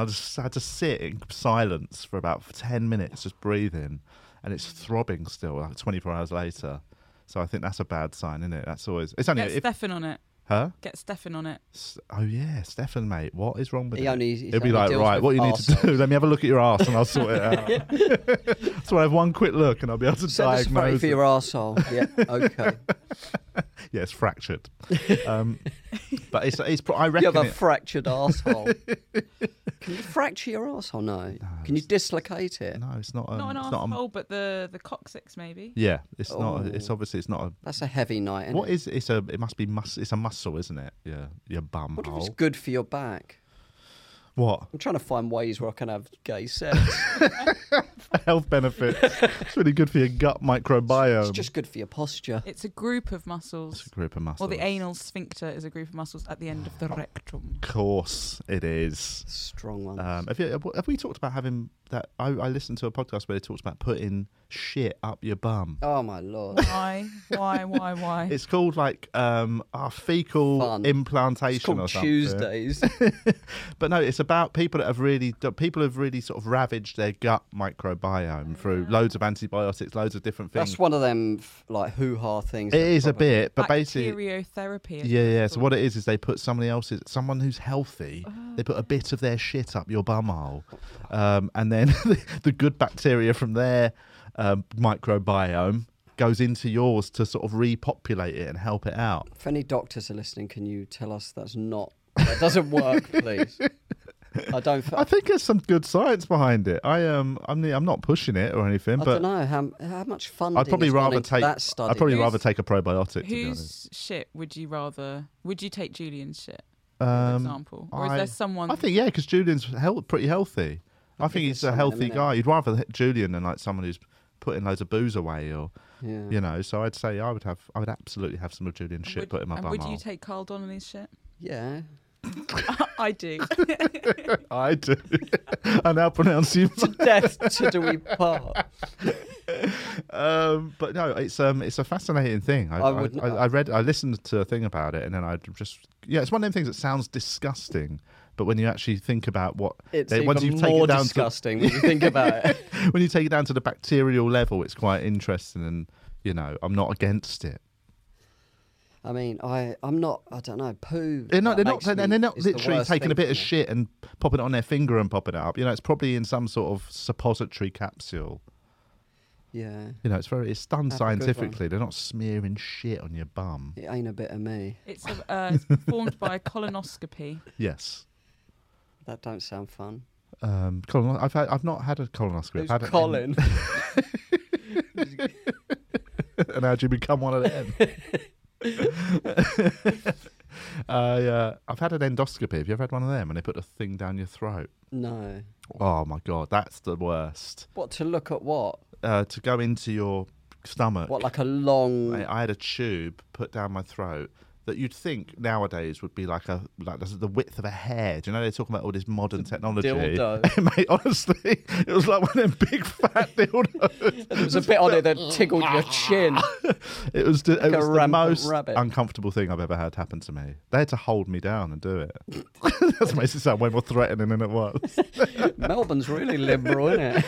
Speaker 3: I just had to sit in silence for about ten minutes, just breathing, and it's throbbing still, like twenty four hours later. So I think that's a bad sign, isn't it? That's always it's only
Speaker 4: Get
Speaker 3: if
Speaker 4: Stefan on it.
Speaker 3: her.
Speaker 4: Get Stefan on it.
Speaker 3: S- Oh yeah, Stefan, mate. What is wrong with
Speaker 2: He
Speaker 3: it?
Speaker 2: only- he
Speaker 3: He'll
Speaker 2: only
Speaker 3: be like,
Speaker 2: deals
Speaker 3: right,
Speaker 2: with
Speaker 3: what you need to do? (laughs)
Speaker 2: arseholes.
Speaker 3: Let me have a look at your ass, and I'll sort it
Speaker 2: (laughs)
Speaker 3: out. (laughs) so I have one quick look, and I'll be able to
Speaker 2: Send us a photo
Speaker 3: diagnose.
Speaker 2: for
Speaker 3: it.
Speaker 2: your arsehole. Yeah,
Speaker 3: (laughs)
Speaker 2: okay.
Speaker 3: Yeah, it's fractured.
Speaker 2: (laughs)
Speaker 3: um, but it's, it's. pro- I
Speaker 2: you
Speaker 3: reckon.
Speaker 2: have a
Speaker 3: it-
Speaker 2: fractured
Speaker 3: (laughs)
Speaker 2: arsehole. Can you fracture your arsehole? No. Can you dislocate it?
Speaker 3: no, it's not. Um,
Speaker 4: not an
Speaker 3: it's not a-
Speaker 4: arsehole, but the the coccyx maybe.
Speaker 3: yeah, it's not.
Speaker 2: Oh.
Speaker 3: It's obviously it's not a.
Speaker 2: That's a heavy night. Isn't
Speaker 3: What
Speaker 2: it?
Speaker 3: is? It's a. It must be mus. It's a muscle, isn't it? Yeah, your bum
Speaker 2: What if
Speaker 3: hole.
Speaker 2: it's good for your back? (laughs)
Speaker 3: What? (laughs)
Speaker 2: I'm trying to find ways where I can have gay sex.
Speaker 3: Health benefits. it's really good for your gut microbiome.
Speaker 2: it's just good for your posture.
Speaker 4: It's a group of
Speaker 3: It's
Speaker 4: muscles.
Speaker 3: a group of muscles.
Speaker 4: Or the anal sphincter is a group of muscles at the end of the rectum.
Speaker 3: course it is.
Speaker 2: Strong one.
Speaker 3: Um, have, you, have we talked about having that? I, I listened to a podcast where they talked about putting shit up your bum.
Speaker 2: oh my lord.
Speaker 3: (laughs)
Speaker 4: Why? Why? Why? Why?
Speaker 3: It's called like um, ah, fecal
Speaker 2: Fun.
Speaker 3: implantation
Speaker 2: It's called
Speaker 3: or something. (laughs)
Speaker 2: Tuesdays.
Speaker 3: But no, it's about people that have really that people have really sort of ravaged their gut microbiome through loads of antibiotics, loads of different things.
Speaker 2: That's one of them f- like hoo ha things.
Speaker 3: it
Speaker 2: that
Speaker 3: is a
Speaker 2: probably-
Speaker 3: bit, but basically,
Speaker 4: Bacteriotherapy.
Speaker 3: yeah, yeah. So what it is is they put somebody else's, someone who's healthy, they put a bit of their shit up your bumhole, um, and then (laughs) the, the good bacteria from their um, microbiome goes into yours to sort of repopulate it and help it out.
Speaker 2: If any doctors are listening, can you tell us that's not that doesn't work,
Speaker 3: (laughs)
Speaker 2: please? I don't. f-
Speaker 3: I think there's some good science behind it. I um, I'm, I'm not pushing it or anything,
Speaker 2: I
Speaker 3: but
Speaker 2: don't know how how much fun.
Speaker 3: I'd probably rather take.
Speaker 2: that study.
Speaker 3: I'd probably
Speaker 4: Who's-
Speaker 3: rather take a probiotic. To be
Speaker 4: Whose
Speaker 3: honest.
Speaker 4: shit would you rather? Would you take Julian's shit, for
Speaker 3: Um,
Speaker 4: example, or is
Speaker 3: I-
Speaker 4: there someone?
Speaker 3: I think yeah, because Julian's health, pretty healthy. I think
Speaker 2: think
Speaker 3: he's
Speaker 2: there's something
Speaker 3: a healthy
Speaker 2: in it.
Speaker 3: guy. You'd rather hit Julian than like someone who's putting loads of booze away, or
Speaker 2: Yeah.
Speaker 3: you know. So I'd say I would have. I would absolutely have some of Julian's shit
Speaker 4: would,
Speaker 3: put in my
Speaker 4: and
Speaker 3: bum
Speaker 4: Would you
Speaker 3: hole.
Speaker 4: take Carl Donnelly's
Speaker 3: (laughs)
Speaker 4: shit? (laughs)
Speaker 2: Yeah.
Speaker 4: I do.
Speaker 3: I do. (laughs) I now pronounce you. (laughs)
Speaker 2: Death to do we part.
Speaker 3: Um, but no, it's um, it's a fascinating thing. I,
Speaker 2: I
Speaker 3: I,
Speaker 2: would-
Speaker 3: I, I read, I listened to a thing about it, and then I just yeah, it's one of them things that sounds disgusting, but when you actually think about what
Speaker 2: (laughs) It's
Speaker 3: they-
Speaker 2: even
Speaker 3: once you take
Speaker 2: more
Speaker 3: it down to
Speaker 2: disgusting when you think about it. (laughs)
Speaker 3: (laughs) when you take it down to the bacterial level, it's quite interesting, and you know, I'm not against it.
Speaker 2: I mean, I I'm not. I don't know. Poo.
Speaker 3: They're not,
Speaker 2: that
Speaker 3: they're not,
Speaker 2: makes
Speaker 3: and
Speaker 2: me-
Speaker 3: they're not
Speaker 2: is the
Speaker 3: literally
Speaker 2: worst
Speaker 3: taking a
Speaker 2: thing
Speaker 3: bit
Speaker 2: for
Speaker 3: of
Speaker 2: me.
Speaker 3: shit and popping it on their finger and popping it up. You know, it's probably in some sort of suppository capsule.
Speaker 2: Yeah.
Speaker 3: You know, it's very, it's
Speaker 2: Have a good
Speaker 3: done
Speaker 2: one.
Speaker 3: scientifically. They're not smearing shit on your bum.
Speaker 2: It ain't a bit of me.
Speaker 4: it's a, uh, it's performed by colonoscopy.
Speaker 3: Yes.
Speaker 2: That don't sound fun.
Speaker 3: Um, colon- I've had, I've not had a colonoscopy. I've
Speaker 2: Who's
Speaker 3: had an- (laughs)
Speaker 2: Colin?
Speaker 3: and how do you become one of
Speaker 2: (laughs)
Speaker 3: them? (laughs) I, uh, I've had an endoscopy. Have you ever had one of them? And they put a thing down your throat.
Speaker 2: (laughs) no.
Speaker 3: Oh my god, that's the worst.
Speaker 2: What to look at? What?
Speaker 3: Uh, to go into your stomach.
Speaker 2: What like a long?
Speaker 3: I, I had a tube put down my throat that you'd think nowadays would be like a like this is the width of a hair. Do you know they're talking about all this modern technology? (laughs)
Speaker 2: dildo.
Speaker 3: Mate, honestly, (laughs) it was like one of them big
Speaker 2: (laughs)
Speaker 3: fat dildos.
Speaker 2: There was a bit on it that tickled your chin.
Speaker 3: (laughs) It was the, it
Speaker 2: Like a
Speaker 3: was the
Speaker 2: rampant
Speaker 3: most
Speaker 2: rabbit.
Speaker 3: uncomfortable thing I've ever had happen to me. They had to hold me down and do it. (laughs) that makes it sound way more threatening than it was.
Speaker 2: Melbourne's really liberal, isn't it?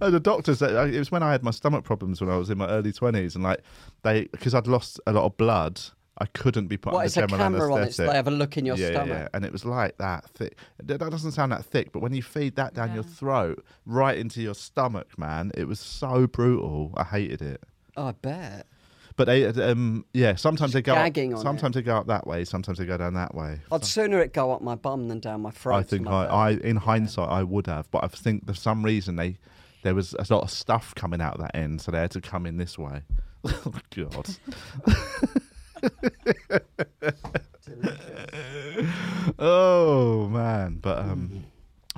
Speaker 3: No, the doctors. uh, It was when I had my stomach problems when I was in my early twenties, and like they because I'd lost a lot of blood. I couldn't be put
Speaker 2: What
Speaker 3: (laughs) under
Speaker 2: is a
Speaker 3: general
Speaker 2: camera on it so
Speaker 3: anesthetic.
Speaker 2: they have a look in your
Speaker 3: yeah,
Speaker 2: stomach?
Speaker 3: Yeah, yeah. And it was like that thick. That that doesn't sound that thick, but when you feed that down your throat, right into your stomach, man, it was so brutal. I hated it.
Speaker 2: Oh, I bet.
Speaker 3: But they, um, yeah, sometimes they go. Up,
Speaker 2: gagging on it.
Speaker 3: sometimes they go up that way. Sometimes they go down that way.
Speaker 2: I'd sooner it go up my bum than down my throat.
Speaker 3: I
Speaker 2: to
Speaker 3: think
Speaker 2: my
Speaker 3: I,
Speaker 2: belly.
Speaker 3: I, in hindsight, I would have, but I think for some reason they, there was a lot of stuff coming out of that end, so they had to come in this way. (laughs) oh God. (laughs) oh man, but um,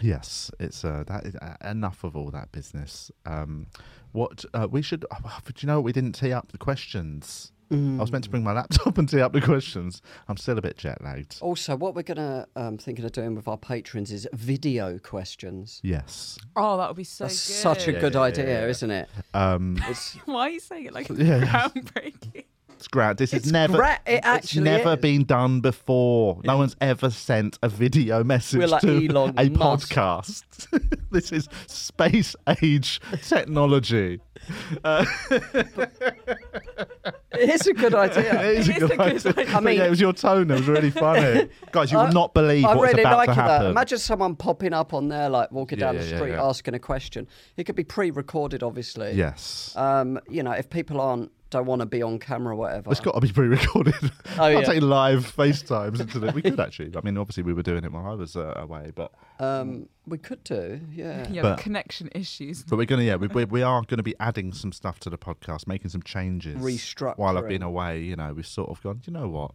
Speaker 3: yes, it's uh, that is, uh, enough of all that business. Um, what uh, (sighs) we should, oh, do you know what we didn't tee up the questions. I was meant to bring my laptop (laughs) and tee up the questions. I'm still a bit jet lagged.
Speaker 2: Also, what we're gonna um, thinking of doing with our patrons is video questions.
Speaker 3: Yes.
Speaker 4: Oh, that would be so
Speaker 2: That's
Speaker 4: good.
Speaker 2: such a good
Speaker 3: yeah, yeah,
Speaker 2: idea,
Speaker 3: yeah.
Speaker 2: isn't it?
Speaker 3: Um,
Speaker 2: It's
Speaker 4: (laughs) Why are you saying it like it's
Speaker 3: (laughs) Yeah. (laughs)
Speaker 4: groundbreaking?
Speaker 3: It's grand. This
Speaker 2: It's
Speaker 3: has never
Speaker 2: gra- it
Speaker 3: it's
Speaker 2: actually
Speaker 3: never
Speaker 2: is.
Speaker 3: been done before. No one's ever sent a video message
Speaker 2: We're like
Speaker 3: to
Speaker 2: Elon
Speaker 3: a
Speaker 2: Musk.
Speaker 3: podcast. (laughs) this is space age technology.
Speaker 2: it is a good idea.
Speaker 3: (laughs) It is a good idea.
Speaker 2: I
Speaker 3: I
Speaker 2: mean-
Speaker 3: mean, yeah, it was your tone. It was
Speaker 2: (laughs)
Speaker 3: really funny, guys. You would not believe
Speaker 2: I
Speaker 3: what's
Speaker 2: really
Speaker 3: about
Speaker 2: like
Speaker 3: to
Speaker 2: it,
Speaker 3: happen.
Speaker 2: that. Imagine someone popping up on there, like walking
Speaker 3: Yeah,
Speaker 2: down the
Speaker 3: yeah, yeah,
Speaker 2: street,
Speaker 3: yeah.
Speaker 2: asking a question. It could be pre-recorded, obviously.
Speaker 3: Yes,
Speaker 2: Um, you know, if people aren't don't want to be on camera, or whatever.
Speaker 3: it's got to be pre-recorded.
Speaker 2: Oh,
Speaker 3: (laughs) I'll
Speaker 2: yeah.
Speaker 3: take live FaceTimes into the. We
Speaker 2: (laughs)
Speaker 3: could actually. I mean, obviously, we were doing it while I was uh, away, but
Speaker 2: um, we could do, yeah.
Speaker 4: Yeah,
Speaker 3: But-
Speaker 4: connection
Speaker 3: (laughs)
Speaker 4: issues.
Speaker 3: But we're gonna yeah we, we, we are gonna be adding some stuff to the podcast, making some changes,
Speaker 2: Restructuring.
Speaker 3: While I've been away, you know, we've sort of gone. You know what?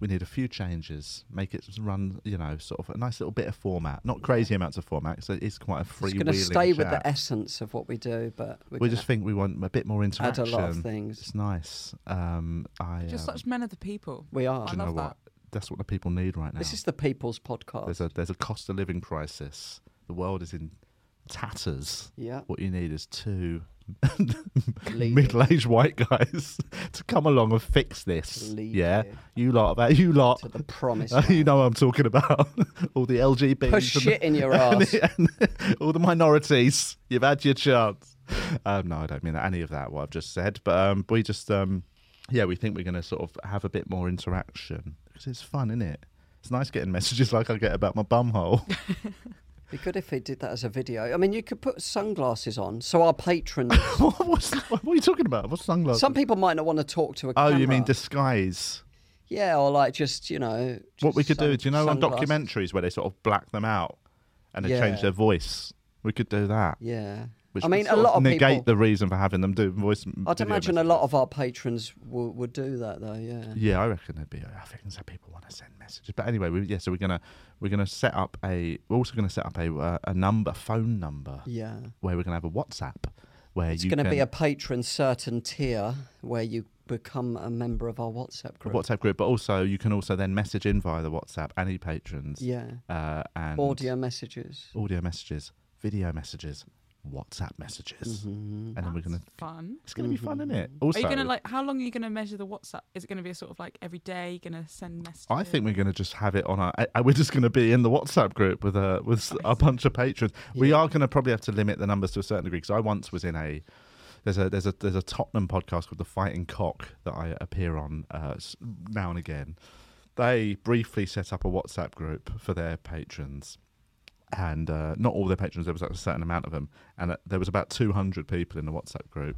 Speaker 3: We need a few changes. Make it run, you know, sort of a nice little bit of format. Not crazy amounts of format. So it's quite a
Speaker 2: It's
Speaker 3: free.
Speaker 2: going to stay with the essence of what we do, but we're
Speaker 3: We
Speaker 2: gonna
Speaker 3: just think we want a bit more
Speaker 2: add a
Speaker 3: interaction.
Speaker 2: lot of things.
Speaker 3: It's nice. Um, I
Speaker 4: Just
Speaker 3: um,
Speaker 4: such men of the people.
Speaker 2: We are.
Speaker 3: do you
Speaker 4: I
Speaker 3: know
Speaker 4: love
Speaker 3: what? That's what the people need right now.
Speaker 2: This is the people's podcast.
Speaker 3: There's a there's a cost of living crisis. The world is in tatters. (laughs)
Speaker 2: Yeah.
Speaker 3: What you need is two
Speaker 2: Leaders.
Speaker 3: (laughs) middle-aged white guys (laughs) to come along and fix this.
Speaker 2: Lead
Speaker 3: yeah,
Speaker 2: you.
Speaker 3: you lot, that you lot.
Speaker 2: to
Speaker 3: (laughs)
Speaker 2: the promise.
Speaker 3: you know what I'm talking about. (laughs) all the LGBT.
Speaker 2: Push shit in
Speaker 3: (laughs)
Speaker 2: your ass.
Speaker 3: all the minorities. You've had your chance. Um, no, I don't mean any of that. What I've just said, but um, we just um, yeah, we think we're going to sort of have a bit more interaction because it's fun, isn't it? It's nice getting messages like I get about my bum hole.
Speaker 2: Be good if he did that as a video. I mean, you could put sunglasses on, so our
Speaker 3: (laughs)
Speaker 2: patrons.
Speaker 3: (laughs) what, what's- what are you talking about? What's sunglasses?
Speaker 2: (laughs) some people might not want to talk to a
Speaker 3: oh,
Speaker 2: camera.
Speaker 3: you mean disguise?
Speaker 2: Yeah, or like just you know.
Speaker 3: what
Speaker 2: just
Speaker 3: we could do?
Speaker 2: sun-
Speaker 3: Do you know on
Speaker 2: sunglasses.
Speaker 3: documentaries where they sort of black them out and they change
Speaker 2: Yeah.
Speaker 3: their voice? We could do that.
Speaker 2: Yeah.
Speaker 3: Which
Speaker 2: I
Speaker 3: would
Speaker 2: mean, a
Speaker 3: sort
Speaker 2: lot of
Speaker 3: negate
Speaker 2: people.
Speaker 3: the reason for having them do voice.
Speaker 2: I'd imagine a lot of our patrons w- would do that though. Yeah.
Speaker 3: Yeah, I reckon there'd be. I think so people want to send messages, but anyway, we, yeah. So we're gonna we're gonna set up a. We're also gonna set up a uh, a number, phone number,
Speaker 2: Yeah.
Speaker 3: where we're gonna have a WhatsApp where
Speaker 2: It's
Speaker 3: you
Speaker 2: going to be
Speaker 3: can-
Speaker 2: a patron certain tier where you become a member of our WhatsApp
Speaker 3: a
Speaker 2: group.
Speaker 3: WhatsApp group, but also you can also then message in via the WhatsApp any patrons.
Speaker 2: Yeah.
Speaker 3: Uh, and
Speaker 2: Audio messages.
Speaker 3: audio messages, video messages, WhatsApp messages,
Speaker 2: Mm-hmm.
Speaker 3: and then we're gonna.
Speaker 4: Fun.
Speaker 3: It's gonna be fun, isn't it? Also,
Speaker 4: Mm-hmm. Are you gonna like? How long are you gonna measure the WhatsApp? Is it gonna be a sort of like every day? You're gonna send messages?
Speaker 3: I think we're going to just have it on our. I- I- We're just going to be in the WhatsApp group with a with a bunch of patrons. We are going to probably have to limit the numbers to a certain degree because I once was in a. There's a there's a there's a Tottenham podcast called The Fighting Cock that I appear on uh, s- now and again. They briefly set up a WhatsApp group for their patrons, and uh, not all their patrons. There was like a certain amount of them, and uh, there was about 200 people in the WhatsApp group,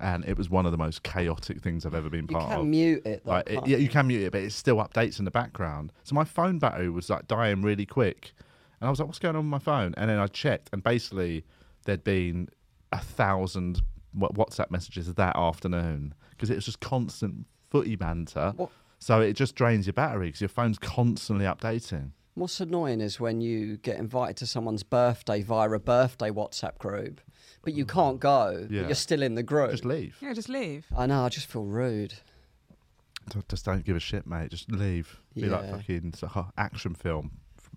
Speaker 3: and it was one of the most chaotic things I've ever been
Speaker 2: You
Speaker 3: part
Speaker 2: can
Speaker 3: of.
Speaker 2: mute it though.
Speaker 3: Like, it,
Speaker 2: can't
Speaker 3: yeah, you can mute it, but it still updates in the background. So my phone battery was like dying really quick, and I was like, "What's going on with my phone?" And then I checked, and basically there'd been a thousand Wha- WhatsApp messages that afternoon because it was just constant footy banter.
Speaker 2: What-
Speaker 3: So it just drains your battery because your phone's constantly updating.
Speaker 2: What's annoying is when you get invited to someone's birthday via a birthday WhatsApp group, but you can't go.
Speaker 3: Mm-hmm. Yeah.
Speaker 2: But you're still in the group.
Speaker 3: Just leave.
Speaker 4: Yeah, just leave.
Speaker 2: I know. I just feel rude.
Speaker 3: D- Just don't give a shit, mate. Just leave. Be like
Speaker 2: Yeah.
Speaker 3: fucking it's like a action film.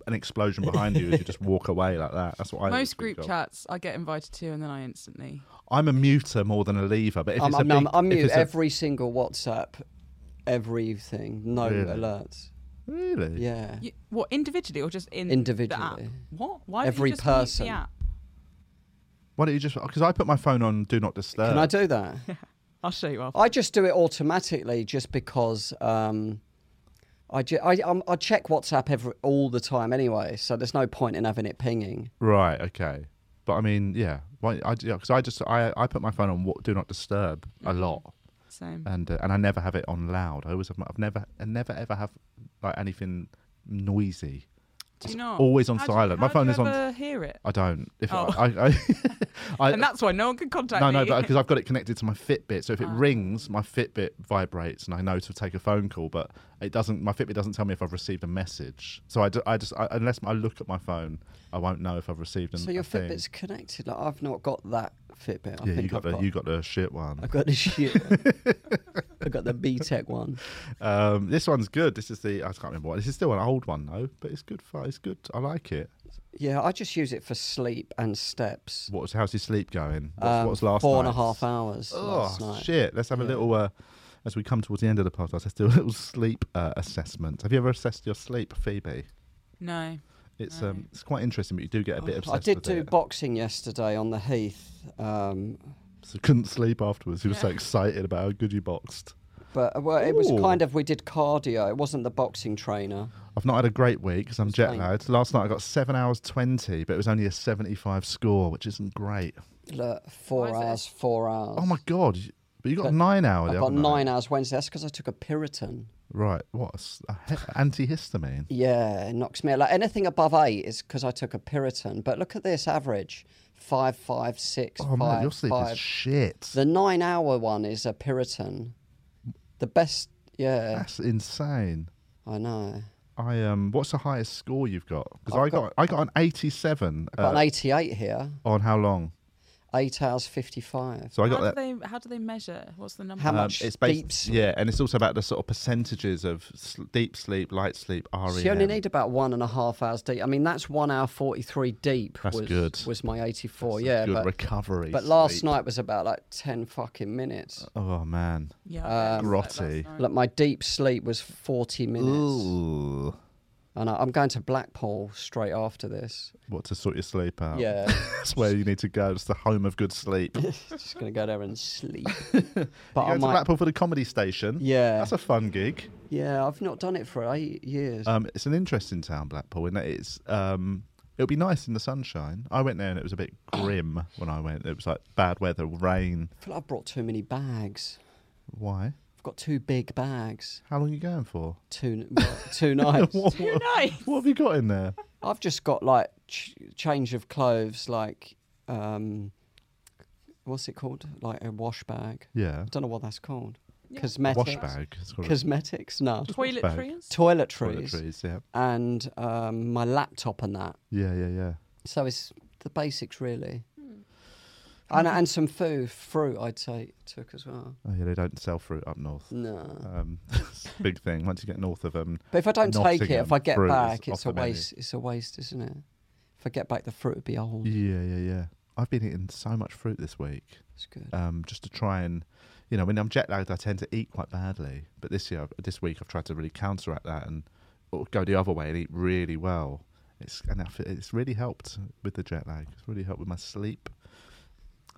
Speaker 3: An explosion behind you as you just walk away like that. That's what I always
Speaker 4: Most
Speaker 3: think
Speaker 4: group
Speaker 3: of.
Speaker 4: chats I get invited to, and then I instantly.
Speaker 3: I'm a muter more than a lever, but if
Speaker 2: I'm,
Speaker 3: it's a
Speaker 2: I'm,
Speaker 3: big,
Speaker 2: I'm, I'm
Speaker 3: if
Speaker 2: mute
Speaker 3: it's a-
Speaker 2: every single WhatsApp, everything. No
Speaker 3: Really?
Speaker 2: alerts.
Speaker 3: Really?
Speaker 2: Yeah.
Speaker 4: You, what individually or just in the app?
Speaker 2: Individually.
Speaker 4: What? Why don't you
Speaker 2: Every
Speaker 4: just mute the
Speaker 2: person.
Speaker 4: app?
Speaker 3: Why don't you just? Because I put my phone on do not disturb.
Speaker 2: Can I do (laughs) that?
Speaker 4: I'll show you after.
Speaker 2: I just do it automatically, just because um, I, ju- I, um, I check WhatsApp every all the time anyway. So there's no point in having it pinging.
Speaker 3: Right. Okay. But I mean, yeah. Why? I yeah, because I just I I put my phone on what do not disturb a
Speaker 2: Mm-hmm.
Speaker 3: lot,
Speaker 4: Same.
Speaker 3: and uh, and I never have it on loud. I always have. My, I've never I never ever have like anything noisy.
Speaker 4: Do you not?
Speaker 3: always on
Speaker 4: How do you-
Speaker 3: silent. My
Speaker 4: how
Speaker 3: phone
Speaker 4: do
Speaker 3: is
Speaker 4: you
Speaker 3: on-
Speaker 4: ever Hear it.
Speaker 3: I don't. If
Speaker 4: Oh.
Speaker 3: I, I, I, I
Speaker 4: (laughs) and that's why no one can contact
Speaker 3: no,
Speaker 4: me. (laughs)
Speaker 3: no, but because I've got it connected to my Fitbit, so if it
Speaker 2: Ah.
Speaker 3: rings, my Fitbit vibrates, and I know to take a phone call. But it doesn't. My Fitbit doesn't tell me if I've received a message. So I, d- I just I, unless I look at my phone, I won't know if I've received. An,
Speaker 2: So your
Speaker 3: a thing.
Speaker 2: Fitbit's connected. Like I've not got that Fitbit. I
Speaker 3: Yeah,
Speaker 2: think
Speaker 3: you got
Speaker 2: I've
Speaker 3: the
Speaker 2: got,
Speaker 3: you got the shit one.
Speaker 2: I've got the shit. I've
Speaker 3: (laughs)
Speaker 2: got the B Tech one.
Speaker 3: Um, this one's good. This is the I can't remember what. This is still an old one though, but it's good. For, it's good. I like it.
Speaker 2: Yeah, I just use it for sleep and steps.
Speaker 3: What's how's your sleep going? What's,
Speaker 2: Um,
Speaker 3: what's last?
Speaker 2: four and a
Speaker 3: night's?
Speaker 2: half hours last
Speaker 3: Oh
Speaker 2: night.
Speaker 3: shit! Let's have a
Speaker 2: Yeah.
Speaker 3: little. Uh, as we come towards the end of the podcast, let's do a little sleep uh, assessment. Have you ever assessed your sleep, Phoebe?
Speaker 4: no.
Speaker 3: It's
Speaker 4: No.
Speaker 3: um, it's quite interesting, but you do get a bit obsessed.
Speaker 2: Mm. Oh, I did
Speaker 3: with
Speaker 2: do
Speaker 3: it.
Speaker 2: boxing yesterday on the heath, um,
Speaker 3: so couldn't sleep afterwards. He was so excited about how good you boxed.
Speaker 2: but uh, well, it was
Speaker 3: Ooh.
Speaker 2: kind of we did cardio. It wasn't the boxing trainer.
Speaker 3: I've not had a great week because I'm
Speaker 2: It's
Speaker 3: jet
Speaker 2: fine.
Speaker 3: lagged. Last night I got seven hours twenty, but it was only a seventy-five score, which isn't great.
Speaker 2: Look, four
Speaker 4: Why is it-
Speaker 2: hours, four hours.
Speaker 3: Oh my god! you- But you got
Speaker 2: But
Speaker 3: nine hours.
Speaker 2: I got nine hours Wednesday. That's because I took a Piriton.
Speaker 3: Right? What? a s- a he- Antihistamine.
Speaker 2: Yeah, it knocks me out. Like anything above eight is because I took a Piriton. But look at this average five, five, six,
Speaker 3: Oh man,
Speaker 2: five,
Speaker 3: your sleep
Speaker 2: five.
Speaker 3: is shit.
Speaker 2: the nine hour one is a Piriton. The best, yeah.
Speaker 3: That's insane.
Speaker 2: I know.
Speaker 3: I um, what's the highest score you've got? Because
Speaker 2: I've
Speaker 3: I got, I got an eighty-seven
Speaker 2: I've got
Speaker 3: uh,
Speaker 2: an 88 here.
Speaker 3: on how long?
Speaker 2: Eight hours 55.
Speaker 3: So I got
Speaker 4: how
Speaker 3: that. um,
Speaker 4: do they how do they measure? What's the number?
Speaker 2: How much deeps?
Speaker 3: yeah, and it's also about the sort of percentages of sl- deep sleep, light sleep, E REM.
Speaker 2: So you only need about one and a half hours deep. I mean, that's one hour 43 deep.
Speaker 3: That's
Speaker 2: was,
Speaker 3: good.
Speaker 2: Was my 84,
Speaker 3: That's a
Speaker 2: yeah.
Speaker 3: good
Speaker 2: but,
Speaker 3: recovery.
Speaker 2: but last
Speaker 3: sleep.
Speaker 2: night was about like 10 fucking minutes.
Speaker 3: Oh man.
Speaker 4: Yeah,
Speaker 2: Um,
Speaker 3: Grotty.
Speaker 4: (laughs)
Speaker 2: Look, my deep sleep was 40 minutes.
Speaker 3: Ooh.
Speaker 2: And I, I'm going to Blackpool straight after this.
Speaker 3: What to sort your sleep out?
Speaker 2: Yeah.
Speaker 3: (laughs) that's where you need to go. It's the home of good sleep. you
Speaker 2: (laughs) Just going to go there and
Speaker 3: (laughs)
Speaker 2: sleep. but
Speaker 3: go
Speaker 2: I
Speaker 3: to
Speaker 2: might.
Speaker 3: Blackpool for the comedy station.
Speaker 2: Yeah.
Speaker 3: that's a fun gig.
Speaker 2: Yeah, I've not done it for eight years.
Speaker 3: Um, it's an interesting town, Blackpool, and it's um, it'll be nice in the sunshine. I went there and it was a bit grim (coughs) when I went. It was like bad weather, rain.
Speaker 2: I feel like I've brought too many bags.
Speaker 3: Why?
Speaker 2: I've got two big bags.
Speaker 3: How long are you going for? (laughs)
Speaker 2: Two, well, two nights.
Speaker 3: What,
Speaker 4: Two
Speaker 3: what, (laughs)
Speaker 4: nights.
Speaker 3: what have you got in there?
Speaker 2: I've just got like ch- change of clothes, like um, what's it called? Like a wash bag.
Speaker 3: Yeah,
Speaker 2: I don't know what that's called.
Speaker 4: Yeah.
Speaker 2: Cosmetics.
Speaker 3: wash bag. It's called a-
Speaker 2: Cosmetics. No.
Speaker 4: Toiletries.
Speaker 2: Toiletries,
Speaker 3: toiletries, Yeah,
Speaker 2: and um, my laptop and that.
Speaker 3: yeah, yeah, yeah.
Speaker 2: So it's the basics really. And, and some food, fruit I'd say took as well.
Speaker 3: Oh yeah, they don't sell fruit up north.
Speaker 2: No.
Speaker 3: Um, (laughs) it's a big thing. Once you get north of them,
Speaker 2: But if I don't take it, if
Speaker 3: Nottingham
Speaker 2: I get
Speaker 3: fruit is
Speaker 2: back,
Speaker 3: off
Speaker 2: it's a
Speaker 3: the menu.
Speaker 2: waste. It's a waste, isn't it? If I get back, the fruit would be old.
Speaker 3: yeah, yeah, yeah. I've been eating so much fruit this week.
Speaker 2: It's good.
Speaker 3: um, just to try and, you know, when I'm jet lagged, I tend to eat quite badly. But this year, this week, I've tried to really counteract that and or go the other way and eat really well. It's and I feel it's really helped with the jet lag. It's really helped with my sleep.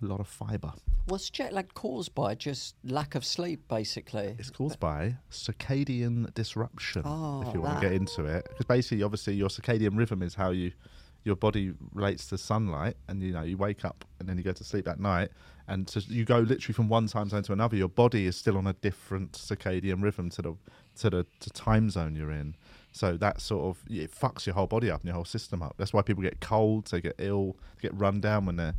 Speaker 3: A lot of fibre.
Speaker 2: What's jet lag caused by? Just lack of sleep, basically.
Speaker 3: It's caused by circadian disruption.
Speaker 2: Oh,
Speaker 3: if you want
Speaker 2: that.
Speaker 3: to get into it, because basically, obviously, your circadian rhythm is how you your body relates to sunlight, and you know you wake up and then you go to sleep at night, and so you go literally from one time zone to another. Your body is still on a different circadian rhythm to the to the to time zone you're in. So that sort of it fucks your whole body up and your whole system up. That's why people get colds, they get ill, they get run down when they're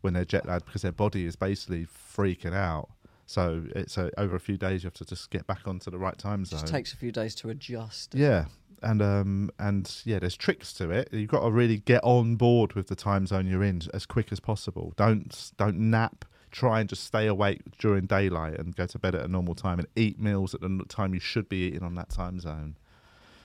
Speaker 3: when they're jet lagged because their body is basically freaking out. So it's a, over a few days you have to just get back onto the right time zone.
Speaker 2: Just takes a few days to adjust.
Speaker 3: yeah, and um and yeah, there's tricks to it. You've got to really get on board with the time zone you're in as quick as possible. Don't don't nap. Try and just stay awake during daylight and go to bed at a normal time and eat meals at the n- time you should be eating on that time zone.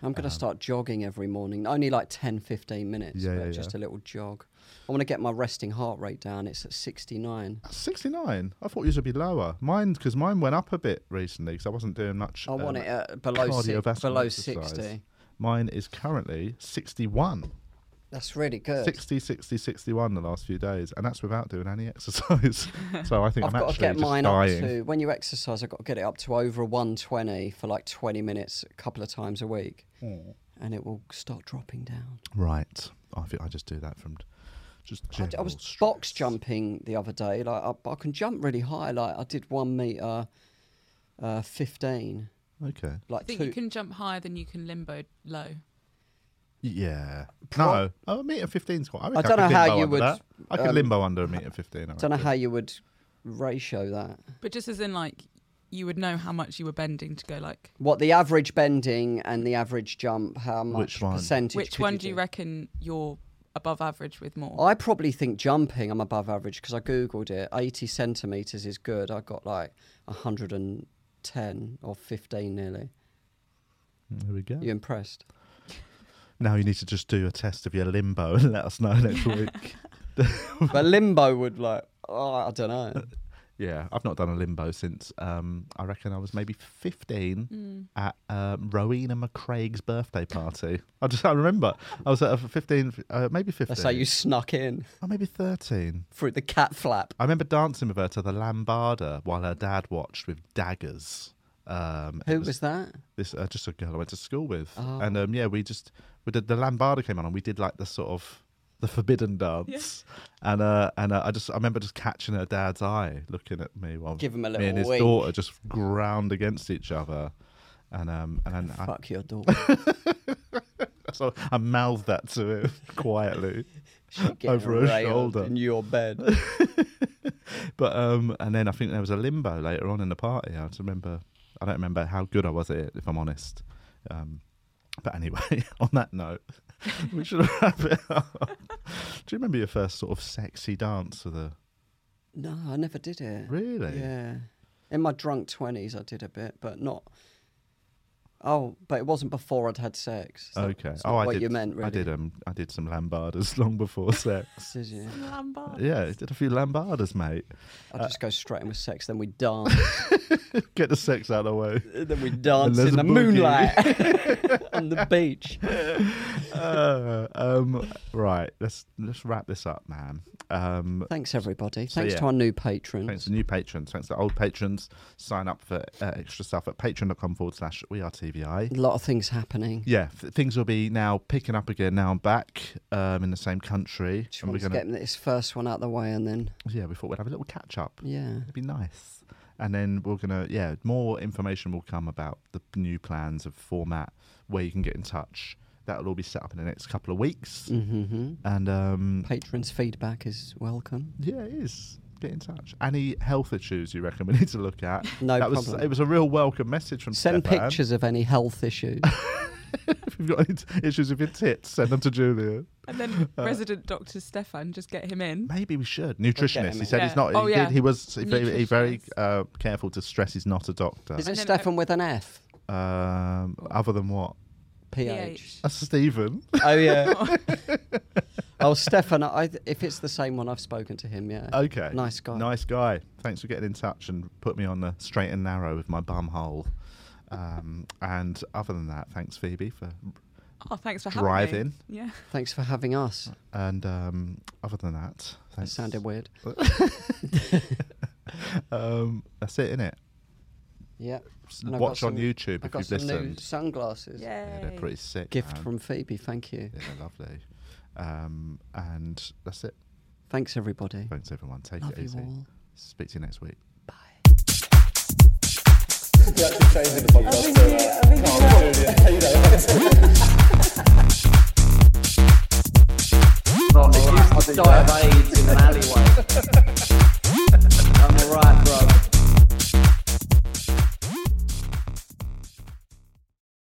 Speaker 2: I'm going to start jogging every morning, only like 10, 15 minutes,
Speaker 3: Uh-huh. Yeah,
Speaker 2: but
Speaker 3: yeah,
Speaker 2: just
Speaker 3: yeah.
Speaker 2: a little jog. I want to get my resting heart rate down. It's at 69.
Speaker 3: 69. I thought yours would be lower. Mine because mine went up a bit recently because I wasn't doing much.
Speaker 2: I want
Speaker 3: um,
Speaker 2: it at below, six,
Speaker 3: cardiovascular
Speaker 2: below
Speaker 3: exercise.
Speaker 2: 60.
Speaker 3: Mine is currently 61.
Speaker 2: That's really good.
Speaker 3: 60, 60, 61 the last few days, and that's without doing any (laughs) exercise. so I think
Speaker 2: I've
Speaker 3: I'm
Speaker 2: got
Speaker 3: actually
Speaker 2: to get
Speaker 3: just
Speaker 2: mine
Speaker 3: dying.
Speaker 2: up to, when you exercise, I've got to get it up to over 120 for like 20 minutes a couple of times a week.
Speaker 3: Mm.
Speaker 2: And it will start dropping down.
Speaker 3: Right. I think I just do that from just
Speaker 2: I,
Speaker 3: general
Speaker 2: d- I was
Speaker 3: stress.
Speaker 2: box jumping the other day. Like I, I can jump really high. Like I did one meter, uh, fifteen.
Speaker 3: Okay.
Speaker 4: I
Speaker 2: Like
Speaker 4: think
Speaker 2: two.
Speaker 4: you can jump higher than you can limbo low.
Speaker 3: Yeah.
Speaker 2: Pro-
Speaker 3: no. Oh, a meter 15 is quite. I, reckon
Speaker 2: I don't
Speaker 3: could
Speaker 2: know how
Speaker 3: limbo
Speaker 2: you
Speaker 3: under
Speaker 2: would,
Speaker 3: that. I could
Speaker 2: um,
Speaker 3: limbo under a meter 15. I
Speaker 2: don't know
Speaker 3: reckon.
Speaker 2: how you would ratio that.
Speaker 4: But just as in like you would know how much you were bending to go like
Speaker 2: What the average bending and the average jump? How much
Speaker 3: Which one?
Speaker 2: percentage?
Speaker 4: which
Speaker 2: could
Speaker 4: one do you
Speaker 2: do?
Speaker 4: reckon you're above average with more?
Speaker 2: I probably think jumping. I'm above average because I googled it. Eighty centimeters is good. I got like hundred and ten or fifteen nearly.
Speaker 3: There we go.
Speaker 2: You
Speaker 3: (laughs)
Speaker 2: impressed?
Speaker 3: Now you need to just do a test of your limbo and let us
Speaker 2: (laughs)
Speaker 3: know next week.
Speaker 2: but limbo would like. Oh, I don't
Speaker 3: (laughs)
Speaker 2: know.
Speaker 3: Yeah, I've not done a limbo since um, I reckon I was maybe 15 at um, Rowena McCraig's birthday party. I just I remember I was at a 15, uh, maybe 15.
Speaker 2: That's how you snuck in
Speaker 3: or maybe 13.
Speaker 2: through the cat flap.
Speaker 3: I remember dancing with her to the Lambada while her dad watched with daggers. Um, it
Speaker 2: Who was that?
Speaker 3: this uh, just a girl I went to school with,
Speaker 2: Uh-huh.
Speaker 3: and um, yeah, we just we did the Lambada came on, and we did like the sort of the forbidden dance, and uh, and uh, I just I remember just catching her dad's eye looking at me while
Speaker 2: Give him a
Speaker 3: me
Speaker 2: little
Speaker 3: and his
Speaker 2: wink.
Speaker 3: daughter just ground against each other, and um and, then I, (laughs)
Speaker 2: Fuck your daughter.
Speaker 3: so I (laughs) mouthed that to him (laughs) quietly.
Speaker 2: She'd get
Speaker 3: Over her
Speaker 2: railed
Speaker 3: shoulder.
Speaker 2: in your
Speaker 3: (laughs)
Speaker 2: bed.
Speaker 3: But um, and then I think there was a limbo later on in the party. I just remember, I don't remember how good I was at it, if I'm honest. Um, But anyway, (laughs) on that note, we should wrap it up. Do you remember your first sort of sexy dance with a.
Speaker 2: No, I never did it.
Speaker 3: Really?
Speaker 2: Yeah. In my drunk twenties, I did a bit, but not. Oh, but it wasn't before I'd had sex. So
Speaker 3: Okay.
Speaker 2: it's
Speaker 3: Oh,
Speaker 2: not
Speaker 3: I
Speaker 2: what
Speaker 3: did.
Speaker 2: you meant really.
Speaker 3: I did. Um, I did some lambardas (laughs) long before sex.
Speaker 2: Did you?
Speaker 4: Lambard.
Speaker 3: yeah, I did a few lambardas, mate. (laughs)
Speaker 2: I just go straight in with sex, then we dance,
Speaker 3: Get the sex out of the way.
Speaker 2: (laughs) then we dance
Speaker 3: there's
Speaker 2: in
Speaker 3: a
Speaker 2: the
Speaker 3: boogie.
Speaker 2: moonlight
Speaker 3: (laughs)
Speaker 2: on the beach.
Speaker 3: Uh, um, right. Let's let's wrap this up, man. Um,
Speaker 2: Thanks everybody. Thanks
Speaker 3: So, yeah.
Speaker 2: to our new patrons.
Speaker 3: Thanks to new patrons. Thanks to old patrons. Sign up for uh, extra stuff at patreon.com forward slash we are TVI.
Speaker 2: A lot of things happening.
Speaker 3: Yeah, th- things will be now picking up again. Now I'm back um, in the same country.
Speaker 2: Just
Speaker 3: and we're
Speaker 2: wanted to
Speaker 3: gonna-
Speaker 2: get this first one out the way, and then
Speaker 3: yeah, we thought we'd have a little catch up.
Speaker 2: yeah,
Speaker 3: It'd be nice. And then we're going to, yeah, more information will come about the new plans of format, where you can get in touch. That'll all be set up in the next couple of weeks.
Speaker 2: mm-hmm.
Speaker 3: And um,
Speaker 2: patrons' feedback is welcome.
Speaker 3: yeah, it is. Get in touch. Any health issues you reckon we need to look at?
Speaker 2: (laughs) No
Speaker 3: that was,
Speaker 2: problem.
Speaker 3: It was a real welcome message from
Speaker 2: Send
Speaker 3: Stefan.
Speaker 2: pictures of any health issues.
Speaker 3: (laughs) if you've got any t- issues with your tits, send them to Julia.
Speaker 4: And
Speaker 3: (laughs)
Speaker 4: then resident doctor Stefan, just get him in.
Speaker 3: Maybe we should. Nutritionist.
Speaker 2: him
Speaker 3: He
Speaker 2: in.
Speaker 3: said he's
Speaker 4: Yeah.
Speaker 3: not.
Speaker 4: Oh,
Speaker 3: he,
Speaker 4: yeah.
Speaker 3: did, he was he very, he very
Speaker 4: Nutritionist.
Speaker 3: uh, careful to stress he's not a doctor.
Speaker 2: Is it
Speaker 4: And then-
Speaker 2: Stefan with an F?
Speaker 3: Um, other than what?
Speaker 2: PH.
Speaker 3: That's Stephen. (laughs)
Speaker 2: Oh yeah. oh Stefan, I, if it's the same one, I've spoken to him. Yeah.
Speaker 3: Okay.
Speaker 2: Nice guy.
Speaker 3: Nice guy. Thanks for getting in touch and put me on the straight and narrow with my bum hole. Um, and other than that, thanks Phoebe for
Speaker 4: Oh, thanks for having
Speaker 3: Drive
Speaker 4: me.
Speaker 3: in.
Speaker 4: Yeah.
Speaker 2: Thanks for having us.
Speaker 3: and um, other than that,
Speaker 2: That
Speaker 3: thanks.
Speaker 2: sounded weird.
Speaker 3: um, that's it, innit?
Speaker 2: Yeah.
Speaker 3: S-
Speaker 2: And I've
Speaker 3: Watch
Speaker 2: got
Speaker 3: on
Speaker 2: some-
Speaker 3: YouTube
Speaker 2: I've
Speaker 3: if
Speaker 2: got
Speaker 3: you've
Speaker 2: some new
Speaker 3: listened.
Speaker 2: sunglasses.
Speaker 3: Yeah, they're
Speaker 4: Yay.
Speaker 3: pretty sick.
Speaker 2: Gift
Speaker 3: man.
Speaker 2: from Phoebe. Thank you.
Speaker 3: Um, Yeah, they're lovely. Um, and that's it.
Speaker 2: Thanks everybody.
Speaker 3: Thanks everyone. Take
Speaker 2: Love
Speaker 3: it
Speaker 2: you
Speaker 3: easy.
Speaker 2: all.
Speaker 3: Speak to you next week.
Speaker 5: actually changing the podcast. I think you, I think you know.